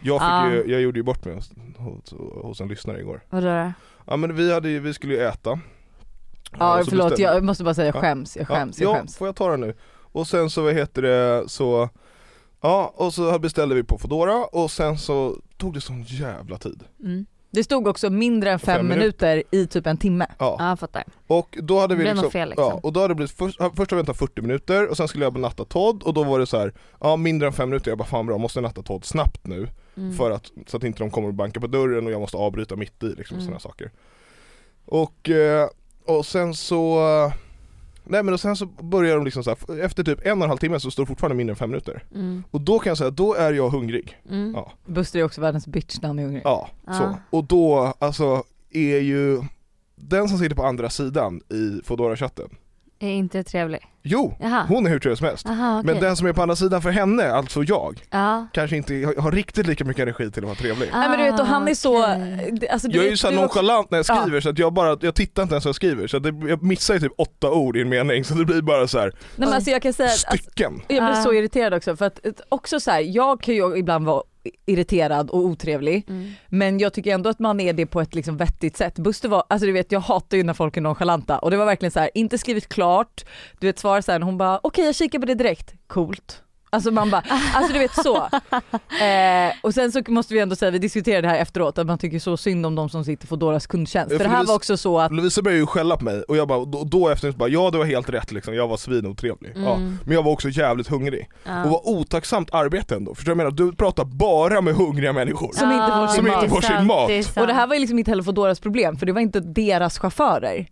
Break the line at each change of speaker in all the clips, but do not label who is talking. Jag, fick
Ja.
ju, jag gjorde ju bort mig hos, hos, hos en lyssnare igår.
Vadå då?
Ja men vi, hade, ju- vi skulle ju äta.
Ja
och så
förlåt,
beställde-
jag måste bara säga jag
Ja.
skäms, jag skäms,
ja,
jag
ja,
skäms.
får jag ta den nu? Och sen så, vad heter det, så Ja, och så beställde vi på Foodora och sen så tog det sån jävla tid.
Mm. Det stod också mindre än fem,
Fem
minuter. i typ en timme.
Ja.
Ja jag fattar.
Och då hade vi
Det blev
liksom,
något fel, liksom.
Ja, och då hade det blivit, först, först hade vi väntat 40 minuter och sen skulle jag natta Todd och då var det så här, ja mindre än 5 minuter, jag bara fan bra, jag måste natta Todd snabbt nu
Mm.
för att, så att inte de kommer och bankar på dörren och jag måste avbryta mitt i liksom
Mm.
sådana saker. Och, eh, och sen så, nej men och sen så börjar de liksom så här, efter typ en och en halv timme så står det fortfarande mindre än 5 minuter.
Mm.
Och då kan jag säga, då är jag hungrig.
Mm.
Ja.
Buster är också världens bitch när han är hungrig.
Ja, så.
Ja.
Och då, alltså, är ju den som sitter på andra sidan i Foodora-chatten,
Är inte trevlig.
jo,
Jaha.
hon är hur trevlig som helst.
Aha, Ah. okej.
Men den som är på andra sidan för henne, alltså jag,
Ja.
kanske inte har, har riktigt lika mycket energi till att vara trevlig.
Nej men du vet och han är så,
Ah, okej.
det- alltså, du
Jag är
vet,
ju så här
du också-
nonchalant när jag
Ja.
skriver så att jag bara, jag tittar inte ens när jag skriver så att det, jag missar ju typ åtta ord i en mening så det blir bara så här
Nej men alltså jag kan säga att alltså,
stycken.
Jag blir
Ah.
så irriterad också för att ett- också så här, jag kan ju ibland vara irriterad och otrevlig
Mm.
men jag tycker ändå att man är det på ett liksom vettigt sätt. Buster var, alltså du vet jag hatar ju när folk är nonchalanta och det var verkligen så här, inte skrivit klart, du vet svarar sen hon bara okej jag kikar på det direkt, coolt. Alltså man bara, alltså du vet så. Eh, och sen så måste vi ändå säga, vi diskuterade det här efteråt, att man tycker så synd om de som sitter på Doras kundtjänst.
Ja,
För det
för
här
det-
var också så att,
Lovisa började ju skälla på mig och jag bara, och då, då efteråt bara ja det var helt rätt liksom, jag var svinotrevlig. Ja.
Mm.
Men jag var också jävligt hungrig.
Ja.
Och vad otacksamt arbete ändå, förstår du vad jag menar? Du pratar bara med hungriga människor.
som inte får
Ja,
sin
det är
mat.
Som inte får sin
sant,
mat.
det är sant.
och det här var ju liksom inte heller Foodoras problem för det var inte deras chaufförer.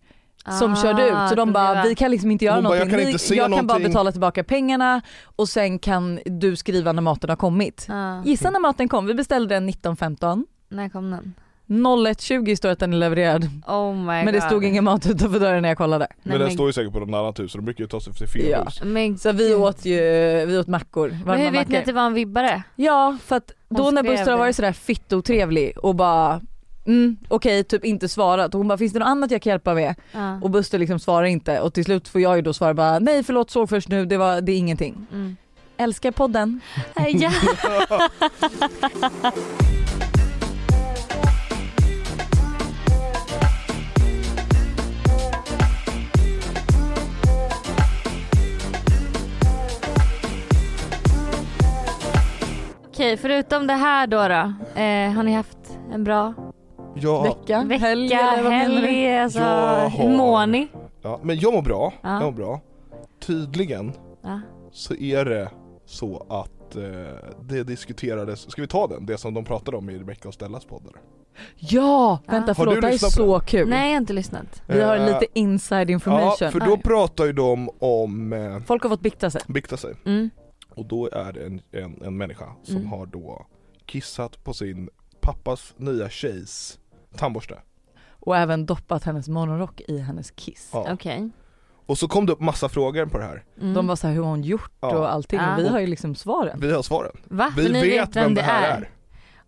som körde ut så de
Ah, det
bara
var-
vi kan liksom inte göra
Hon bara,
någonting.
jag kan
Ni-
inte se
jag kan bara
någonting.
betala tillbaka pengarna och sen kan du skriva när maten har kommit.
Ja.
Ah. Gissa när maten kom, vi beställde den 19.15.
När kom den?
01.20 står att den är levererad
Oh my
men det
God.
stod ingen mat utanför dörren när jag kollade.
Men
Nej,
den
men-
står ju säkert på något annat hus så de brukar ju ta sig till fel
Ja.
hus.
Men
Så vi åt ju vi åt mackor,
Men
varma
hur vet ni
mackor.
att det var en vibbare?
Ja för att
Hon
då när
skrev
Buster
det.
har varit sådär fittotrevlig och bara Mm, Okej, typ inte svarat. Och Hon bara finns det något annat jag kan hjälpa med?
Ja.
Och Buster liksom svarar inte och till slut får jag ju då svara bara nej förlåt såg först nu det, var, det är ingenting.
Mm.
Älskar podden.
Eh, ja. Okej, förutom det här då, då eh, har ni haft en bra
Ja,
Vecka,
vecka, helg,
helg eller vad menar du?
alltså,
Jag har-
hur mår ni?
ja. Men jag mår bra,
Ja.
jag mår bra. Tydligen
Ja.
så är det så att eh, det diskuterades, ska vi ta den? Det som de pratade om i Rebecca och Stellas podd eller?
Ja!
Ja.
Vänta
Har
förlåt
du
det här är
lyssnat på
så kul.
Nej, jag har inte lyssnat.
Vi har
Eh,
lite inside
Ja,
information.
för då pratar ju de om eh,
Folk har fått bikta sig.
bikta sig
Mm.
och då är det en, en, en människa som
Mm.
har då kissat på sin pappas nya tjejs tandborste.
Och även doppat hennes morgonrock i hennes kiss.
Ja.
Okej.
Och så kom det upp massa frågor på det här.
Mm.
De var såhär hur har hon gjort
Ja.
och allting
Ja.
och vi har ju liksom svaren.
Vi har svaren.
Va?
Vi
Ah, För ni
vet, vem, det här är.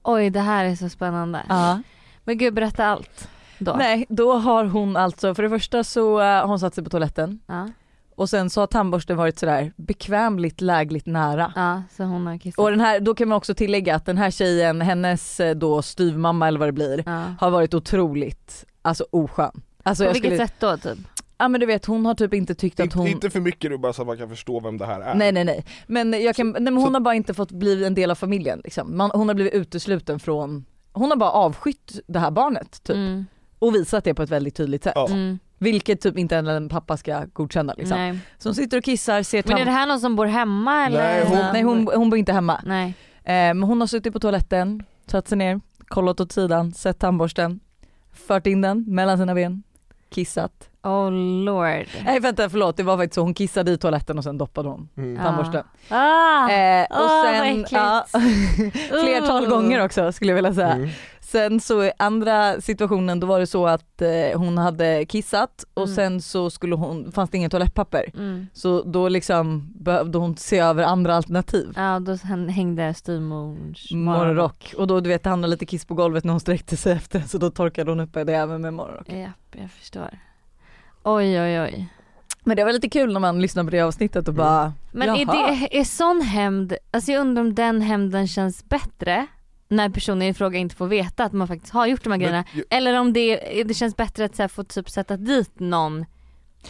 Oj, det här är så spännande.
Ja.
Men gud, berätta allt då.
Nej då har hon alltså, för det första så eh, har hon satt sig på toaletten
Ja.
och sen så har tandborsten varit sådär bekvämligt lägligt nära.
ja, så hon har kissat.
Och den här, då kan man också tillägga att den här tjejen, hennes eh, då styvmamma eller vad det blir,
ja.
har varit otroligt alltså oskön. Alltså
På
jag
vilket
skulle,
sätt då typ?
ja men du vet hon har typ inte tyckt att
Inte-
hon
Inte för mycket nu bara så att man kan förstå vem det här är.
Nej nej nej. Men, jag kan, nej, men hon
så-
har bara inte fått bli en del av familjen liksom. Man, hon har blivit utesluten från, hon har bara avskytt det här barnet typ.
Mm.
Och visat det på ett väldigt tydligt sätt.
Ja.
Mm.
Vilket typ inte ens en pappa ska godkänna liksom.
Nej.
Så hon sitter och kissar, ser
Men är det
tam-
här någon som bor hemma eller?
Nej, hon-
Nej hon, hon bor inte hemma.
Nej.
Eh, men hon har suttit på toaletten, tagit sig ner, kollat åt sidan, sett tandborsten, fört in den mellan sina ben, kissat.
Oh lord.
Nej vänta förlåt det var faktiskt så, hon kissade i toaletten och sen doppade hon
Mm.
Ja.
tandborsten.
Ah.
Eh,
Åh, vad äckligt.
flertal
Uh.
gånger också skulle jag vilja säga.
Mm.
Sen så i andra situationen då var det så att eh, hon hade kissat och
Mm.
sen så skulle hon, fanns det inget toalettpapper.
Mm.
Så då liksom behövde hon se över andra alternativ.
Ja, då hän- hängde styvmorns
morgonrock och då du vet det hamnade lite kiss på golvet när hon sträckte sig efter så då torkade hon upp det även med morgonrock.
Ja, jag förstår. Oj oj oj.
Men det var lite kul när man lyssnade på det avsnittet och
Mm.
bara
Men är,
Jaha.
det, är sån hämnd, alltså jag undrar om den hämnden känns bättre när personen i fråga inte får veta att man faktiskt har gjort de här grejerna.
ju-
Eller om det, det känns bättre att så här, få typ sätta dit någon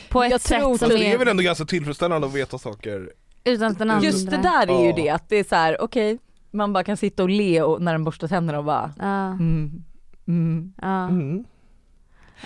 på ett
Jag
sätt
tror
som
typ-
det är
är
väl ändå ganska tillfredsställande att veta saker.
utan att den andra...
Just det där är ju
Ja.
det att det är så här, okej man bara kan sitta och le och, när den borstar tänderna och bara
Ja,
mm, mm.
ja,
Mm.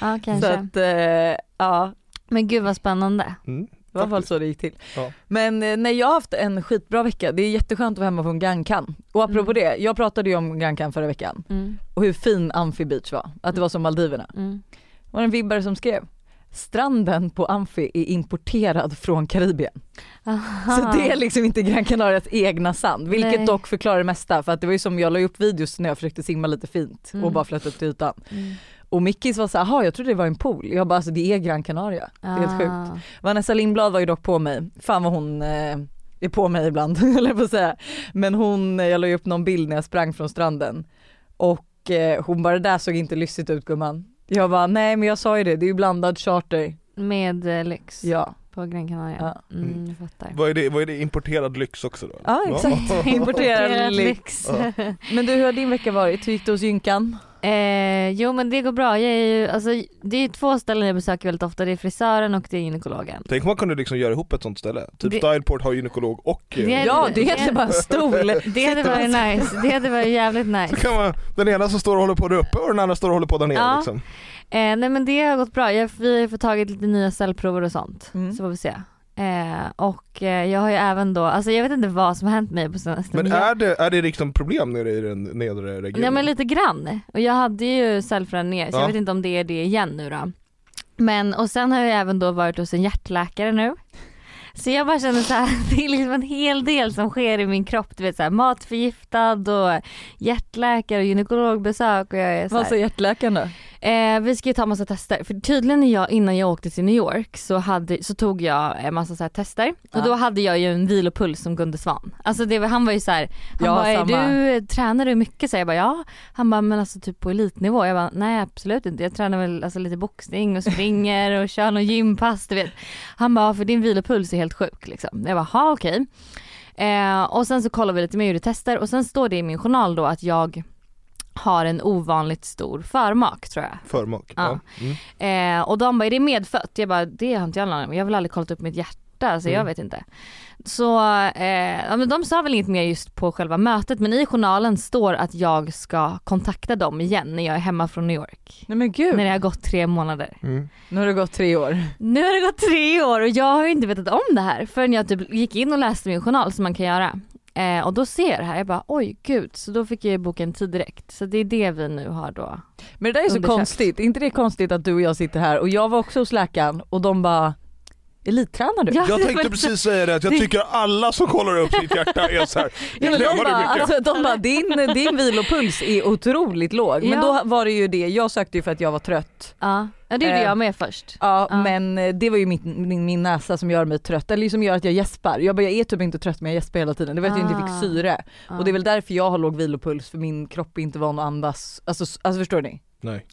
ja
Så
kanske.
att eh, ja,
Men gud vad spännande.
Mm.
det var i alla fall så det gick till.
Ja.
Men eh, nej jag har haft en skitbra vecka, det är jätteskönt att vara hemma från Gran Can. Och apropå
Mm.
det, jag pratade ju om Gran Can förra veckan
Mm,
och hur fin Amphi Beach var, att det var som Maldiverna.
mm.
Det var en vibbare som skrev Stranden på Amphi är importerad från Karibien. Så det är liksom inte Gran Canarias egna sand. Vilket
Ah. Nej.
dock förklarar det mesta för att det var ju som jag la upp videos när jag försökte simma lite fint och
Mm.
bara flöt upp till ytan.
Mm.
Och Mickis var såhär, jaha jag trodde det var en pool. Jag bara alltså det är Gran Canaria. Det är helt sjukt.
Ah.
Vanessa Lindblad var ju dock på mig. Fan vad hon eh, är på mig ibland höll jag på att säga. Men hon, eh, jag la ju upp någon bild när jag sprang från stranden och eh, hon bara det där såg inte lyssigt ut gumman. Jag bara nej men jag sa ju det, det är ju blandad charter.
Med eh, lyx
Ja,
på Gran Canaria.
Ja.
Mm, jag fattar.
Vad, är det, vad är det? Importerad lyx också då?
ja exakt. Importerad
Importerad
lyx.
lyx.
Men du hur har din vecka varit? Hur gick det hos gynkan?
Eh, jo men det går bra. Jag är ju, alltså, det är ju två ställen jag besöker väldigt ofta. Det är frisören och det är gynekologen.
Tänk om man kunde liksom göra ihop ett sånt ställe. Typ
Det-
Styleport har gynekolog och... eh,
Det är-
Ja det heter bara en stol.
Det hade varit nice. Det hade varit jävligt
Så
nice.
kan man, den ena som står och håller på där uppe och den andra står och håller på där nere
Ja.
liksom.
Eh, nej men det har gått bra. Jag, vi har fått tagit lite nya cellprover och sånt.
Mm.
Så får vi se. Eh, och eh, jag har ju även då, alltså jag vet inte vad som har hänt mig på senaste.
Men
jag,
är det, är det liksom problem nere i den nedre regionen?
ja men lite grann. Och jag hade ju cellförändringar så
Ja.
jag vet inte om det är det igen nu då. Men och sen har jag även då varit hos en hjärtläkare nu. Så jag bara känner så här, det är liksom en hel del som sker i min kropp. Du vet så här, matförgiftad och hjärtläkare och gynekologbesök och jag är så här,
Vad sa hjärtläkaren då?
Eh, vi ska ju ta massa tester, för tydligen är jag, innan jag åkte till New York så, hade, så tog jag en massa så här tester
Ja.
och då hade jag ju en vilopuls som Gunde Svan. Alltså det, var- han var ju så här, han
Ja,
bara är
samma.
du, eh, tränar du mycket? Så jag bara ja. Han bara men alltså typ på elitnivå? Jag bara nej absolut inte, jag tränar väl alltså, lite boxning och springer och kör någon gympass du vet. Han bara, för din vilopuls är helt sjuk liksom. Jag bara, ha okej. Eh, och sen så kollar vi lite mer hur det testar och sen står det i min journal då att jag har en ovanligt stor förmak tror jag.
Förmak.
Ja.
Ja. Mm.
Eh, och de bara, är det medfött? Jag bara, det har inte jag någon aning om. Jag har väl aldrig kollat upp mitt hjärta så jag
Mm.
vet inte. Så eh, ja, men de sa väl inget mer just på själva mötet men i journalen står att jag ska kontakta dem igen när jag är hemma från New York.
Nej men gud,
När det har gått tre månader.
Mm.
nu har det gått tre år.
Nu har det gått tre år och jag har ju inte vetat om det här förrän jag typ gick in och läste min journal som man kan göra. Eh, och då ser jag det här, jag bara oj gud, så då fick jag ju boka en tid direkt. Så det är det vi nu har då.
Men det där är så
Undersökt.
konstigt, är inte det konstigt att du och jag sitter här och jag var också hos läkaren och de bara Elittränar du?
Ja,
Jag
det är
tänkte
väl-
precis säga det att jag
det-
tycker alla som kollar upp sitt hjärta är såhär,
Ja, men de,
tränar
bara,
du mycket?
alltså, de bara, din, din vilopuls är otroligt låg. Men
Ja.
då var det ju det, jag sökte ju för att jag var trött.
Ja, ja det gjorde
Eh,
jag med först.
Ja,
Ja.
men eh, det var ju min, min, min näsa som gör mig trött, eller som gör att jag gäspar. Jag, bara, jag är typ inte trött men jag gäspar hela tiden. Det var att jag inte
Ah.
fick syre.
Ja.
Och det är väl därför jag har låg vilopuls, för min kropp är inte van att andas. Alltså, s- alltså förstår ni?
Nej,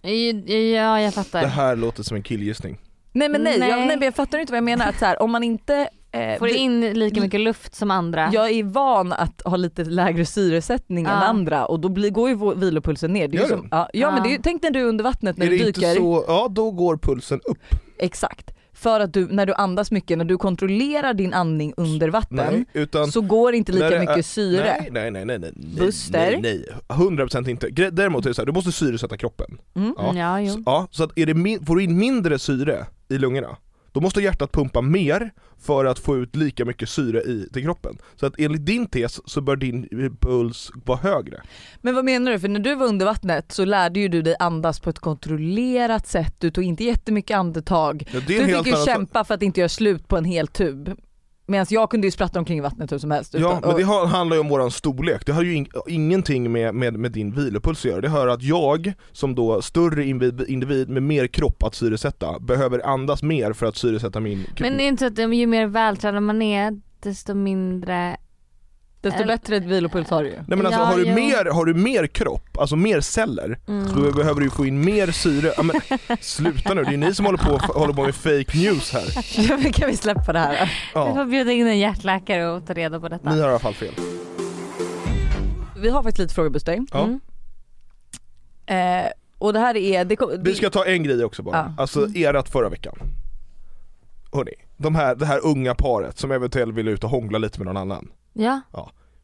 Ja, jag fattar.
det här låter som en killgissning.
Nej men nej,
Nej.
Jag, nej, men jag fattar inte vad jag menar. Att så här, om man inte eh,
Får
vi-
in lika mycket luft som andra.
jag är van att ha lite lägre syresättning
Ja.
än andra och då blir, går ju vår vilopulsen ner. Det är ju
Gör
som, ja, ja men
Ja.
det är, ju- tänk när du är under vattnet när
är
du
det
dyker.
inte så, ja då går pulsen upp.
Exakt. För att du, när du andas mycket, när du kontrollerar din andning under vatten
Nej, utan
så går inte
När
lika
det är-
mycket syre.
Nej, nej, nej, nej, nej, nej,
Buster.
nej, nej, 100% inte. Gre- Däremot är det så här, du måste syresätta kroppen.
Mm.
Ja.
Mm, ja,
Så,
jo.
ja, så att är det min- får du in mindre syre i lungorna, då måste hjärtat pumpa mer för att få ut lika mycket syre i, till kroppen. Så att enligt din tes så bör din eh, puls vara högre.
Men vad menar du? För när du var under vattnet så lärde ju du dig andas på ett kontrollerat sätt. Du tog inte jättemycket andetag.
Ja, det är
Du
en
fick
helt
ju
annan sak.
kämpa för att inte göra slut på en hel tub. Medan jag kunde ju spratta omkring i vattnet hur som helst.
Ja,
utan-
men det har- handlar ju om våran storlek. Det har ju ing- ingenting med, med, med din vilopuls att göra. Det har att jag, som då större invid- individ med mer kropp att syresätta, behöver andas mer för att syresätta min kropp.
Men det är inte så att de- ju mer vältränad man är desto mindre.
Desto bättre vilopuls har du ju.
Nej men alltså
Ja,
har, du
jo.
mer, har du mer kropp, alltså mer celler,
Mm.
så då behöver du få in mer syre. Ja, men, sluta nu, det är ni som håller på, håller på med fake news här.
Ja, men kan vi släppa det här?
Vi
Ja,
får bjuda in en hjärtläkare och ta reda på detta.
ni har i alla fall fel.
vi har faktiskt lite frågor Buster.
Ja.
Mm.
Eh, och det här är, det, kom-
Vi ska ta en grej också bara,
Ja. Mm.
alltså erat förra veckan. Hörrni, de här, det här unga paret som eventuellt vill ut och hångla lite med någon annan.
Ja.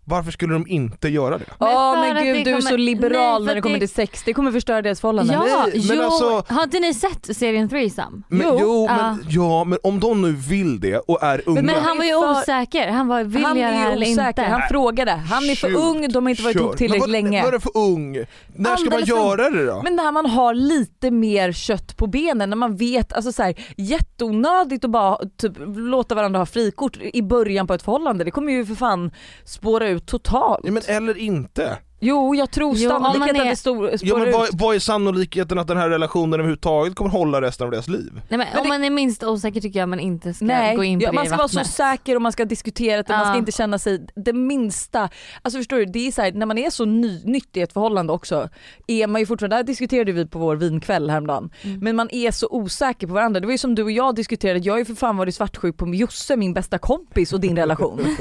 Varför skulle de inte göra det?
Åh
Men för
men
att
gud
det
du är så
kommer-
liberal
Nej, för
när det
att
kommer
det-
till sex, det kommer förstöra deras förhållande.
ja,
Nej, men
jo,
alltså-
har inte ni sett serien Threesome?
Men, jo,
Jo,
men, ja men om de nu vill det och är unga.
Men han var ju
För-
osäker, han var vill
han
jag det här
är
eller
osäker,
inte?
han frågade. Han är för
Shoot,
ung, de har inte varit
kör.
ihop tillräckligt
Men vad,
länge.
Vad är det för ung? När ska man
Alldeles för-
göra det då?
Men när man har lite mer kött på benen, när man vet, alltså så här, jätteonödigt att bara typ, låta varandra ha frikort i början på ett förhållande. Det kommer ju för fan spåra ut totalt.
Ja, men eller inte.
jo jag tror
Jo, om man
sannolikheten att
är-
det stor,
Ja,
spårar
men
ut.
vad, vad är sannolikheten att den här relationen överhuvudtaget kommer hålla resten av deras liv?
Nej, men,
Men
om
det-
man är minst osäker tycker jag man inte ska
Nej,
gå in på
ja,
det
man
i
ska vara så
vattnet.
säker och man ska ha diskuterat det, man ska
Ja.
inte känna sig det minsta. Alltså förstår du, det är så här, när man är så ny, nytt i ett förhållande också, är man ju fortfarande, det här diskuterade vi på vår vinkväll häromdagen,
Mm.
men man är så osäker på varandra. Det var ju som du och jag diskuterade, jag har ju för fan varit svartsjuk på Josse, min bästa kompis och din relation.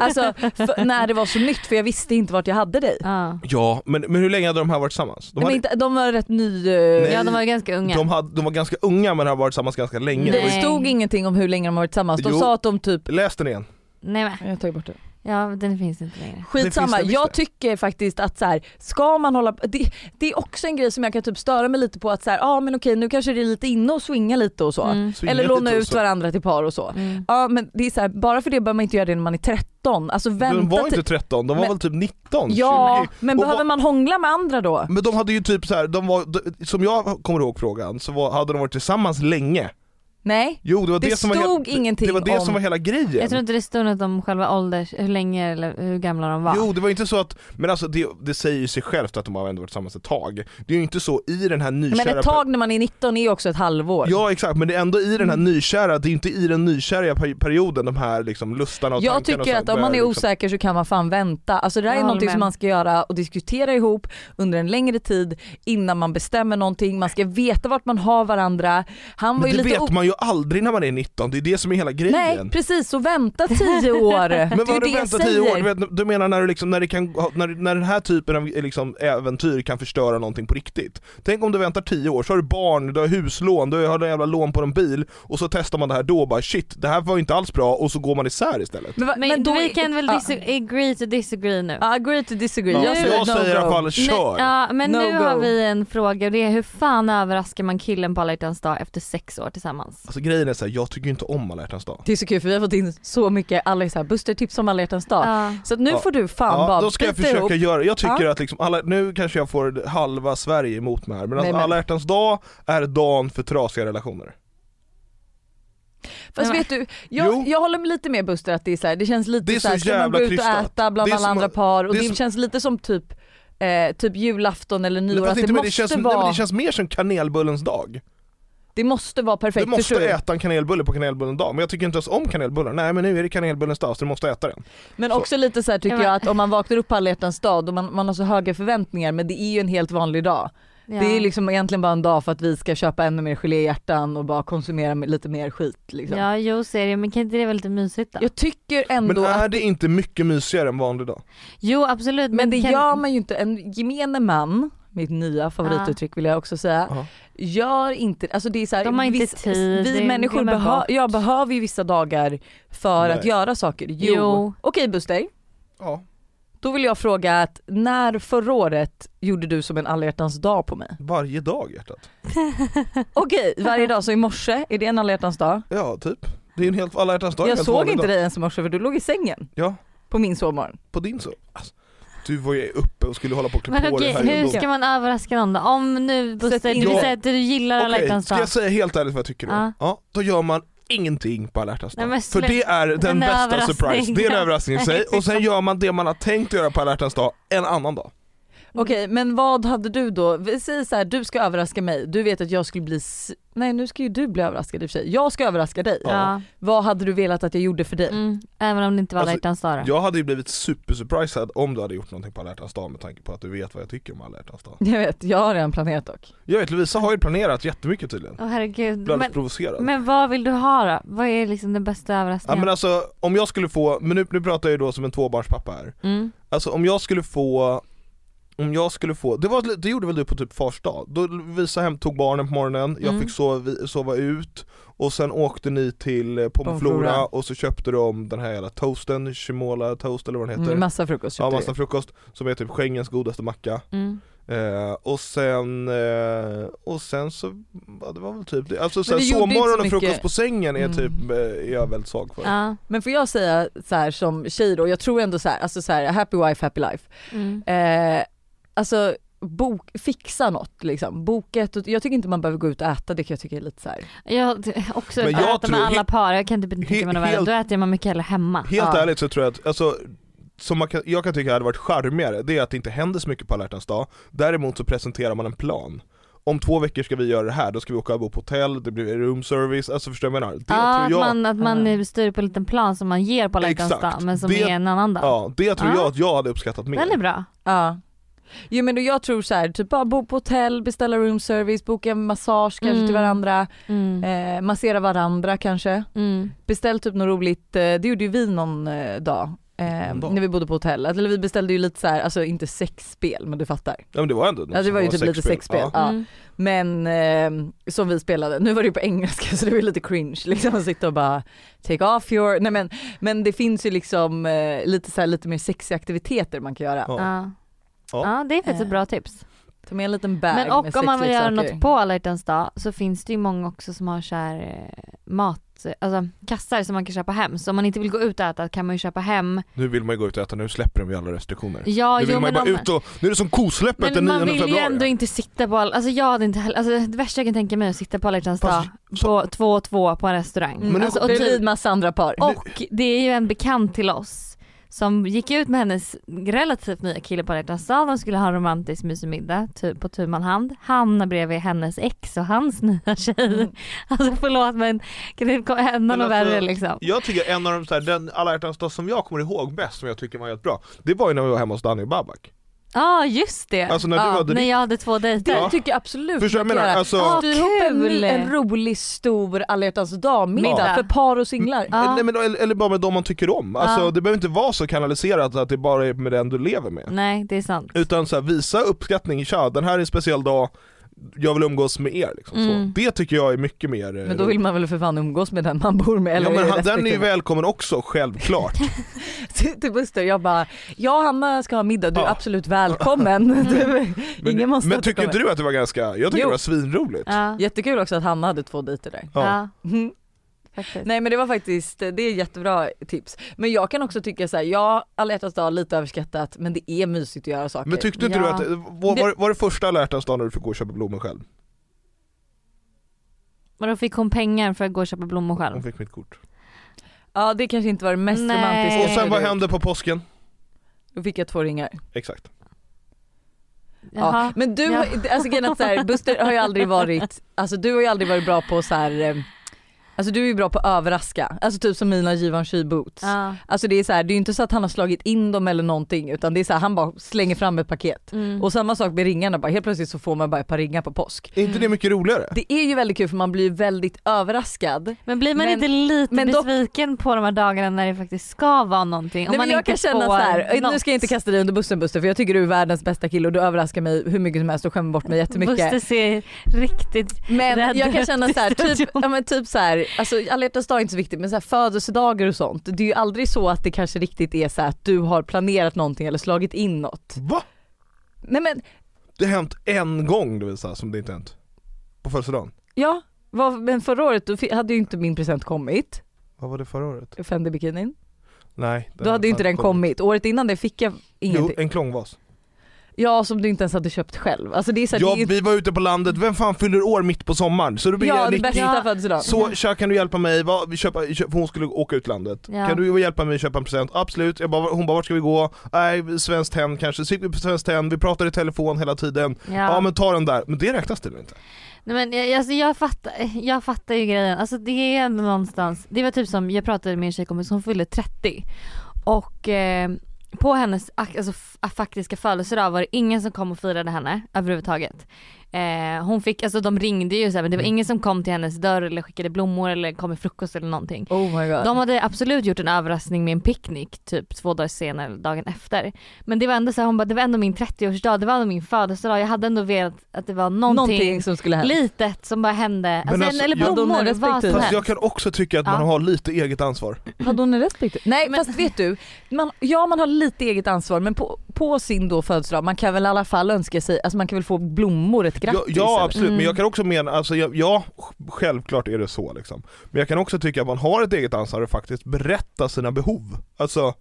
alltså för, när det var så nytt för jag visste inte vart jag hade dig.
Ja.
Ja, men, men hur länge hade de här varit tillsammans? De,
De, men
hade,
inte, de var rätt ny, eh,
Nej,
ja, de var ju ganska unga.
de, hade, de var ganska unga men har varit tillsammans ganska länge.
det
Nej.
stod ingenting om hur länge de har varit tillsammans, de
Jo.
sa att de typ
Läs den igen.
Nej men,
jag tar bort det.
ja den finns inte längre.
Det
Skitsamma,
finns det
jag
visst det.
tycker faktiskt att så här, ska man hålla det, det är också en grej som jag kan typ störa mig lite på att så här, ja men okej nu kanske det är lite inne och swinga lite och så.
Mm.
Swinga
Eller
lite
låna
och
ut
så.
varandra till par och så.
Mm.
Ja men det är så här, bara för det behöver man inte göra det när man är 13. Alltså vänta
De var
till-
inte 13, de var
Men-
väl typ 19?
Ja
20.
men
Och
behöver
vad-
man hångla med andra då?
Men de hade ju typ så här, de var, de, som jag kommer ihåg frågan, så var, hade de varit tillsammans länge.
Nej.
Jo det var det,
Det
som var
stod
hela,
ingenting
Det var det
om-
som var hela grejen.
Jag tror inte det stod något om själva ålders, hur länge eller hur gamla de var.
Jo det var ju inte så att, men alltså det, det säger ju sig självt att de har ändå varit tillsammans ett tag. Det är ju inte så i den här nykära
Men ett tag när man är 19 är ju också ett halvår.
Ja exakt, men det är ändå i den här
Mm.
nykära, det är inte i den nykära per- perioden de här liksom lustarna och
Jag
tankarna
tycker
och
att om man är
börjar liksom.
osäker så kan man fan vänta. Alltså det här
Jag
är
håller
någonting
med.
som man ska göra och diskutera ihop under en längre tid innan man bestämmer någonting. Man ska veta vart man har varandra. Han var
Liksom,
ju
men det
lite
vet
o-
man ju aldrig när man är 19, det är det som är hela grejen.
Nej precis, så vänta tio
Men
år. det är
vad
det
du
jag
väntar tio år? Du,
säger.
vet, du menar när, du liksom, när, det kan, när, när den här typen av liksom, äventyr kan förstöra någonting på riktigt? Tänk om du väntar tio år, så har du barn, du har huslån, du har en jävla lån på en bil och så testar man det här då och bara shit, det här var ju inte alls bra och så går man isär istället.
Men, va-
Men,
men då
vi
är- ah.
kan väl
Ja.
dis- agree to disagree nu.
Ja, Agree to disagree.
Ja,
jag
så jag
säger no
säger i alla
go.
fall kör!
Nej, ja, men
No
nu
go.
har vi en fråga och det är hur fan överraskar man killen på alla hjärtans dag efter sex år tillsammans?
Alltså grejen är så här, jag tycker ju inte om alla hjärtans dag.
Det är så kul för vi har fått in så mycket, alla är så här, Buster tips om alla hjärtans dag.
Ja.
Så att nu
Ja.
får du fan bara
Ja, då ska jag
bita
försöka
ihop.
göra jag tycker att liksom alla, nu kanske jag får halva Sverige emot mig här, men,
Nej,
alltså,
men-
alla hjärtans dag är dagen för trasiga relationer.
Fast
Nej,
vet du,
Jo.
jag, jag håller med lite med Buster att det är så här, det känns lite
Det är
så här,
så
ska man
jävla
gå ut och
krystat.
äta bland
Det är
alla
som-
andra par och
det är
det,
som-
känns lite som typ, eh, typ julafton eller nyår
Fast
att det,
inte, men
måste
det, känns, nej,
vara,
men det
det,
känns mer som kanelbullens dag.
måste vara perfekt.
Du måste
förstår du?
äta en kanelbulle på kanelbullens dag, men jag tycker inte ens om kanelbullar. Nej men nu är det kanelbullens dag så du måste äta den.
Men
Så.
också lite så här tycker
Ja, men-
jag att om man vaknar upp på alla hjärtans dag och man, man har så höga förväntningar men det är ju en helt vanlig dag.
Ja.
Det är ju liksom egentligen bara en dag för att vi ska köpa ännu mer geléhjärtan och bara konsumera med- lite mer skit. Liksom.
Ja, jo serien, men kan inte det vara lite mysigt då?
Jag tycker
Men
ändå
är
att,
det inte mycket mysigare än vanlig dag?
Jo absolut,
men det
kan...
gör man ju inte, en gemene man, mitt nya favorituttryck vill jag också säga,
Ja.
gör inte, alltså det är så här,
De har inte tid, det
vi
är-
människor
glömmer
behö,
bort.
jag behöver ju vissa dagar för
Nej.
att göra saker. Jo.
Jo.
Okej Buster,
Ja.
då vill jag fråga att när förra året gjorde du som en alla hjärtans dag på mig?
Varje dag hjärtat.
Okej, varje dag, så i morse, är det en alla hjärtans dag?
Ja typ. Det är en helt, alla hjärtans dag är en
jag
helt
såg
vanlig
inte
dag.
dig ens i morse för du låg i sängen
Ja,
på min sovmorgon.
på din så. Alltså, du var ju uppe och skulle hålla på och klä
Men
på dig
okej,
här
hur
ändå.
ska man överraska någon då? Om nu Buster,
in-
du
Ja.
säger att du gillar alla
Okej,
hjärtans
ska
dag.
jag säga helt ärligt vad jag tycker då?
Ja.
Ja, då gör man ingenting på alla hjärtans
Nej,
dag.
men
För
slä-
det är den
Den där
bästa
överraskningen.
surprise, det är en överraskning i sig. Och sen gör man det man har tänkt göra på alla hjärtans dag en annan dag. Mm.
Okej men vad hade du då, vi säger så här, du ska överraska mig, du vet att jag skulle bli, s- nej nu ska ju du bli överraskad i och för sig, jag ska överraska dig.
Ja.
Vad hade du velat att jag gjorde för dig?
Mm. Även om det inte var alla
Alltså,
hjärtans dag då.
Jag hade ju blivit supersurprisad om du hade gjort någonting på alla hjärtans dag med tanke på att du vet vad jag tycker om alla hjärtans dag.
Jag vet, jag har redan planerat dock.
Jag vet Lovisa har ju planerat jättemycket tydligen.
Åh herregud.
Blir alldeles
Men,
provocerad.
men vad vill du ha då? Vad är liksom den bästa
ja,
överraskningen?
men alltså om jag skulle få, men nu, nu pratar jag ju då som en tvåbarnspappa här.
mm.
Alltså om jag skulle få om jag skulle få, det, var, det gjorde väl du på typ fars dag? Då Visa hem tog barnen på morgonen, jag
Mm.
fick sova, vi- sova ut och sen åkte ni till eh, Pomflora
Pomflora.
och så köpte de den här jävla toasten, chimola toast eller vad den heter
Mm, massa frukost
Ja
köpte
massa frukost, som är typ Schengens godaste macka
Mm.
eh, Och sen, eh, och sen så, ja, det var väl typ det. Alltså så här,
det gjorde inte
sovmorgon
så
och frukost
mycket.
på sängen är
Mm.
typ, eh, är jag väldigt svag för
Ja.
Men får jag säga så här som tjej då, jag tror ändå så här, alltså så här, happy wife, happy life.
Mm.
Eh, alltså bok, fixa något liksom, boka ett, jag tycker inte man behöver gå ut och äta, det kan jag tycka är lite så här.
Jag t- också
Men
jag
jag
äta
tror-
med alla par, jag kan typ inte
he-
tänka mig något värre.
helt-
Då äter man mycket hellre hemma.
Helt
Ja.
ärligt så tror jag att, alltså, som man kan, jag kan tycka hade varit charmigare, det är att det inte händer så mycket på alla hjärtans dag. Däremot så presenterar man en plan. Om två veckor ska vi göra det här, då ska vi åka och bo på hotell, det blir roomservice, alltså förstår du vad jag menar? Det
Ja, att
tror jag,
man, att man
Ja.
styr på en liten plan som man ger på alla hjärtans
Exakt.
dag men som
Det-
är en annan dag.
ja, det tror
Ja.
jag att jag hade uppskattat mer.
Den är bra.
Ja. Jo men då jag tror så här, typ bara bo på hotell, beställa room service, boka en massage kanske
Mm.
till varandra,
Mm.
eh, massera varandra kanske.
Mm.
Beställ typ något roligt, eh, det gjorde ju vi någon eh, dag. Eh,
Någon dag?
när vi bodde på hotell, eller vi beställde ju lite så här, alltså inte sexspel men du fattar.
Ja men det var ändå
Ja det var ju typ lite sexspel.
Ja.
Ja.
Mm.
Men eh, som vi spelade, nu var det ju på engelska så det var lite cringe liksom att sitta och bara take off your, nej men, men det finns ju liksom eh, lite så här, lite mer sexiga aktiviteter man kan göra.
Ja.
Ja.
Ja.
ja, det är faktiskt ett bra tips.
Ta med en liten bag
Men
Eh. med
och om man vill göra
sexleksaker.
något på alla hjärtans dag så finns det ju många också som har så här eh, mat, alltså kassar som man kan köpa hem. Så om man inte vill gå ut och äta kan man ju köpa hem.
Nu vill man ju gå ut och äta, nu släpper de ju alla restriktioner.
Ja,
nu vill
jo,
man
men
ju bara
om,
ut och, nu är det som kosläppet den
men
9
man vill ju
februari.
ändå inte sitta på alla, alltså jag hade inte heller, alltså det värsta jag kan tänka mig är att sitta på alla hjärtans dag
Fast- Mm.
på två och två på en restaurang.
Mm,
Men nu-
alltså, och,
det
typ,
blir massa andra par.
och det är ju en bekant till oss som gick ut med hennes relativt nya kille på alla hjärtans dag, de skulle ha en romantisk mysig middag typ på tu man hand. Han bredvid hennes ex och hans nya tjej. Alltså förlåt men kan det hända
Mm. Men
något
alltså-
värre liksom?
Jag tycker en av de, så här, den alla hjärtans dag som jag kommer ihåg bäst, som jag tycker var jättebra, det var ju när vi var hemma hos Danny och Babak.
Ja just det,
Alltså när du
Ja,
hade
när
ditt-
jag hade två
Det
dejter.
Ja.
tycker jag absolut
Förstår jag
man kan
menar?
göra.
Alltså-
Ja,
Styr
kul.
ihop en-
en,
en
rolig stor alla hjärtans dag-middag
Ja.
för par och singlar.
Ja.
Nej, men, eller, eller bara med de man tycker om. Alltså,
Ja.
Det behöver inte vara så kanaliserat att det bara är med den du lever med.
Nej det är sant.
Utan så här, visa uppskattning, tja den här är en speciell dag, jag vill umgås med er. Liksom,
Mm.
så. Det tycker jag är mycket mer eh,
Men då vill man väl för fan umgås med den man bor med eller
ja, men
i
han, Den är ju
respektive.
välkommen också, självklart.
till Buster, jag bara, jag och Hanna ska ha middag, du är
Ja. Mm.
absolut välkommen. Du,
Men,
ingen måste
men tycker
komma.
inte du att det var ganska, jag tycker
Jo.
det var svinroligt.
Ja.
Jättekul också att Hanna hade två dejter där.
Ja.
Ja,
Mm.
faktiskt.
Nej men det var faktiskt, det är jättebra tips. Men jag kan också tycka såhär, ja alla hjärtans dag lite överskattat men det är mysigt att göra saker.
Men tyckte inte
Ja.
du att, var, var, var det första alla hjärtans dag när du fick gå och köpa blommor själv?
Och då fick hon pengar för att gå och köpa blommor
Hon
själv.
fick mitt kort.
ja det kanske inte var det mest
Nej.
romantiska.
Och sen vad
jag gjorde.
hände på påsken?
Då fick jag två ringar.
Exakt.
Ja. Men du,
Ja.
alltså grejen är att så här, Buster har ju aldrig varit, alltså du har ju aldrig varit bra på så här. eh, Alltså du är ju bra på att överraska, alltså typ som mina Givenchy boots.
Ja.
Alltså det är så här, det är ju inte så att han har slagit in dem eller någonting utan det är så här, han bara slänger fram ett paket.
Mm.
Och samma sak med ringarna bara, helt plötsligt så får man bara ett par ringar på påsk.
Är inte det mycket roligare?
Det är ju väldigt kul för man blir ju väldigt överraskad.
Men blir man
Men-
inte lite
men dock-
besviken på de här dagarna när det faktiskt ska vara någonting? Om
Nej,
man
men jag
inte
kan känna så
får
här, nu
något.
ska jag inte kasta dig under bussen Buster för jag tycker du är världens bästa kille och du överraskar mig hur mycket som helst och skämmer bort mig jättemycket.
Buster ser riktigt
Men
rädd
jag kan känna
ut i
så här, typ,
studion.
ja, men typ så här, alltså alla hjärtans dag är inte så viktigt men så här, födelsedagar och sånt, det är ju aldrig så att det kanske riktigt är så här att du har planerat någonting eller slagit in något.
Va?
Nej men
Det har hänt en gång du vill säga som det inte hänt. På födelsedagen.
ja, vad, men förra året då fi- hade ju inte min present kommit,
Vad var det förra året?
Fendi bikinin.
Nej.
Då hade ju inte den kommit. Året innan det fick jag
Jo,
ingenting.
en klångvas.
Ja som du inte ens hade köpt själv. Alltså det är så här,
Ja,
det är ju-
vi var ute på landet, vem fan fyller år mitt på sommaren? Så då blir
ja
jag
det
Nicky.
bästa
Ja.
födelsedagen.
Så tja, kan du hjälpa mig? Va, vi köpa, köpa, för hon skulle åka ut landet.
Ja.
Kan du hjälpa mig att köpa en present? Absolut. Jag bara, hon bara, vart ska vi gå? Nej, Svenskt Hem kanske. Så gick vi på Svenskt Hem, vi pratade i telefon hela tiden.
Ja.
Ja, men ta den där. Men det räknas tydligen inte.
Nej, men jag, alltså, jag, fattar, jag fattar ju grejen. Alltså, det är ändå någonstans, det var typ som jag pratade med en tjejkompis, hon fyllde 30 och eh, på hennes ak- alltså, f- faktiska födelsedag var det ingen som kom och firade henne överhuvudtaget. Eh, hon fick, alltså de ringde ju så här, men det var ingen som kom till hennes dörr eller skickade blommor eller kom med frukost eller någonting.
Oh my god.
De hade absolut gjort en överraskning med en picknick typ två dagar senare eller dagen efter. Men det var ändå så här, hon bara, det var ändå min 30-årsdag, det var ändå min födelsedag, jag hade ändå velat att det var någonting,
någonting som skulle hända.
litet som bara hände. Alltså,
alltså,
eller
jag-
Madonna
blommor, vad
respektive.
som
Fast
helst.
jag kan också tycka att man
Ja.
har lite eget ansvar.
Hade hon en respektive? Nej
Men-
fast vet du, man, ja man har lite eget ansvar men på, på sin då födelsedag man kan väl i alla fall önska sig, alltså man kan väl få blommor, ett
Ja,
grattis?
ja
eller?
absolut, men
Mm.
jag kan också mena, alltså, jag, ja sj- självklart är det så liksom. Men jag kan också tycka att man har ett eget ansvar att faktiskt berätta sina behov. Alltså,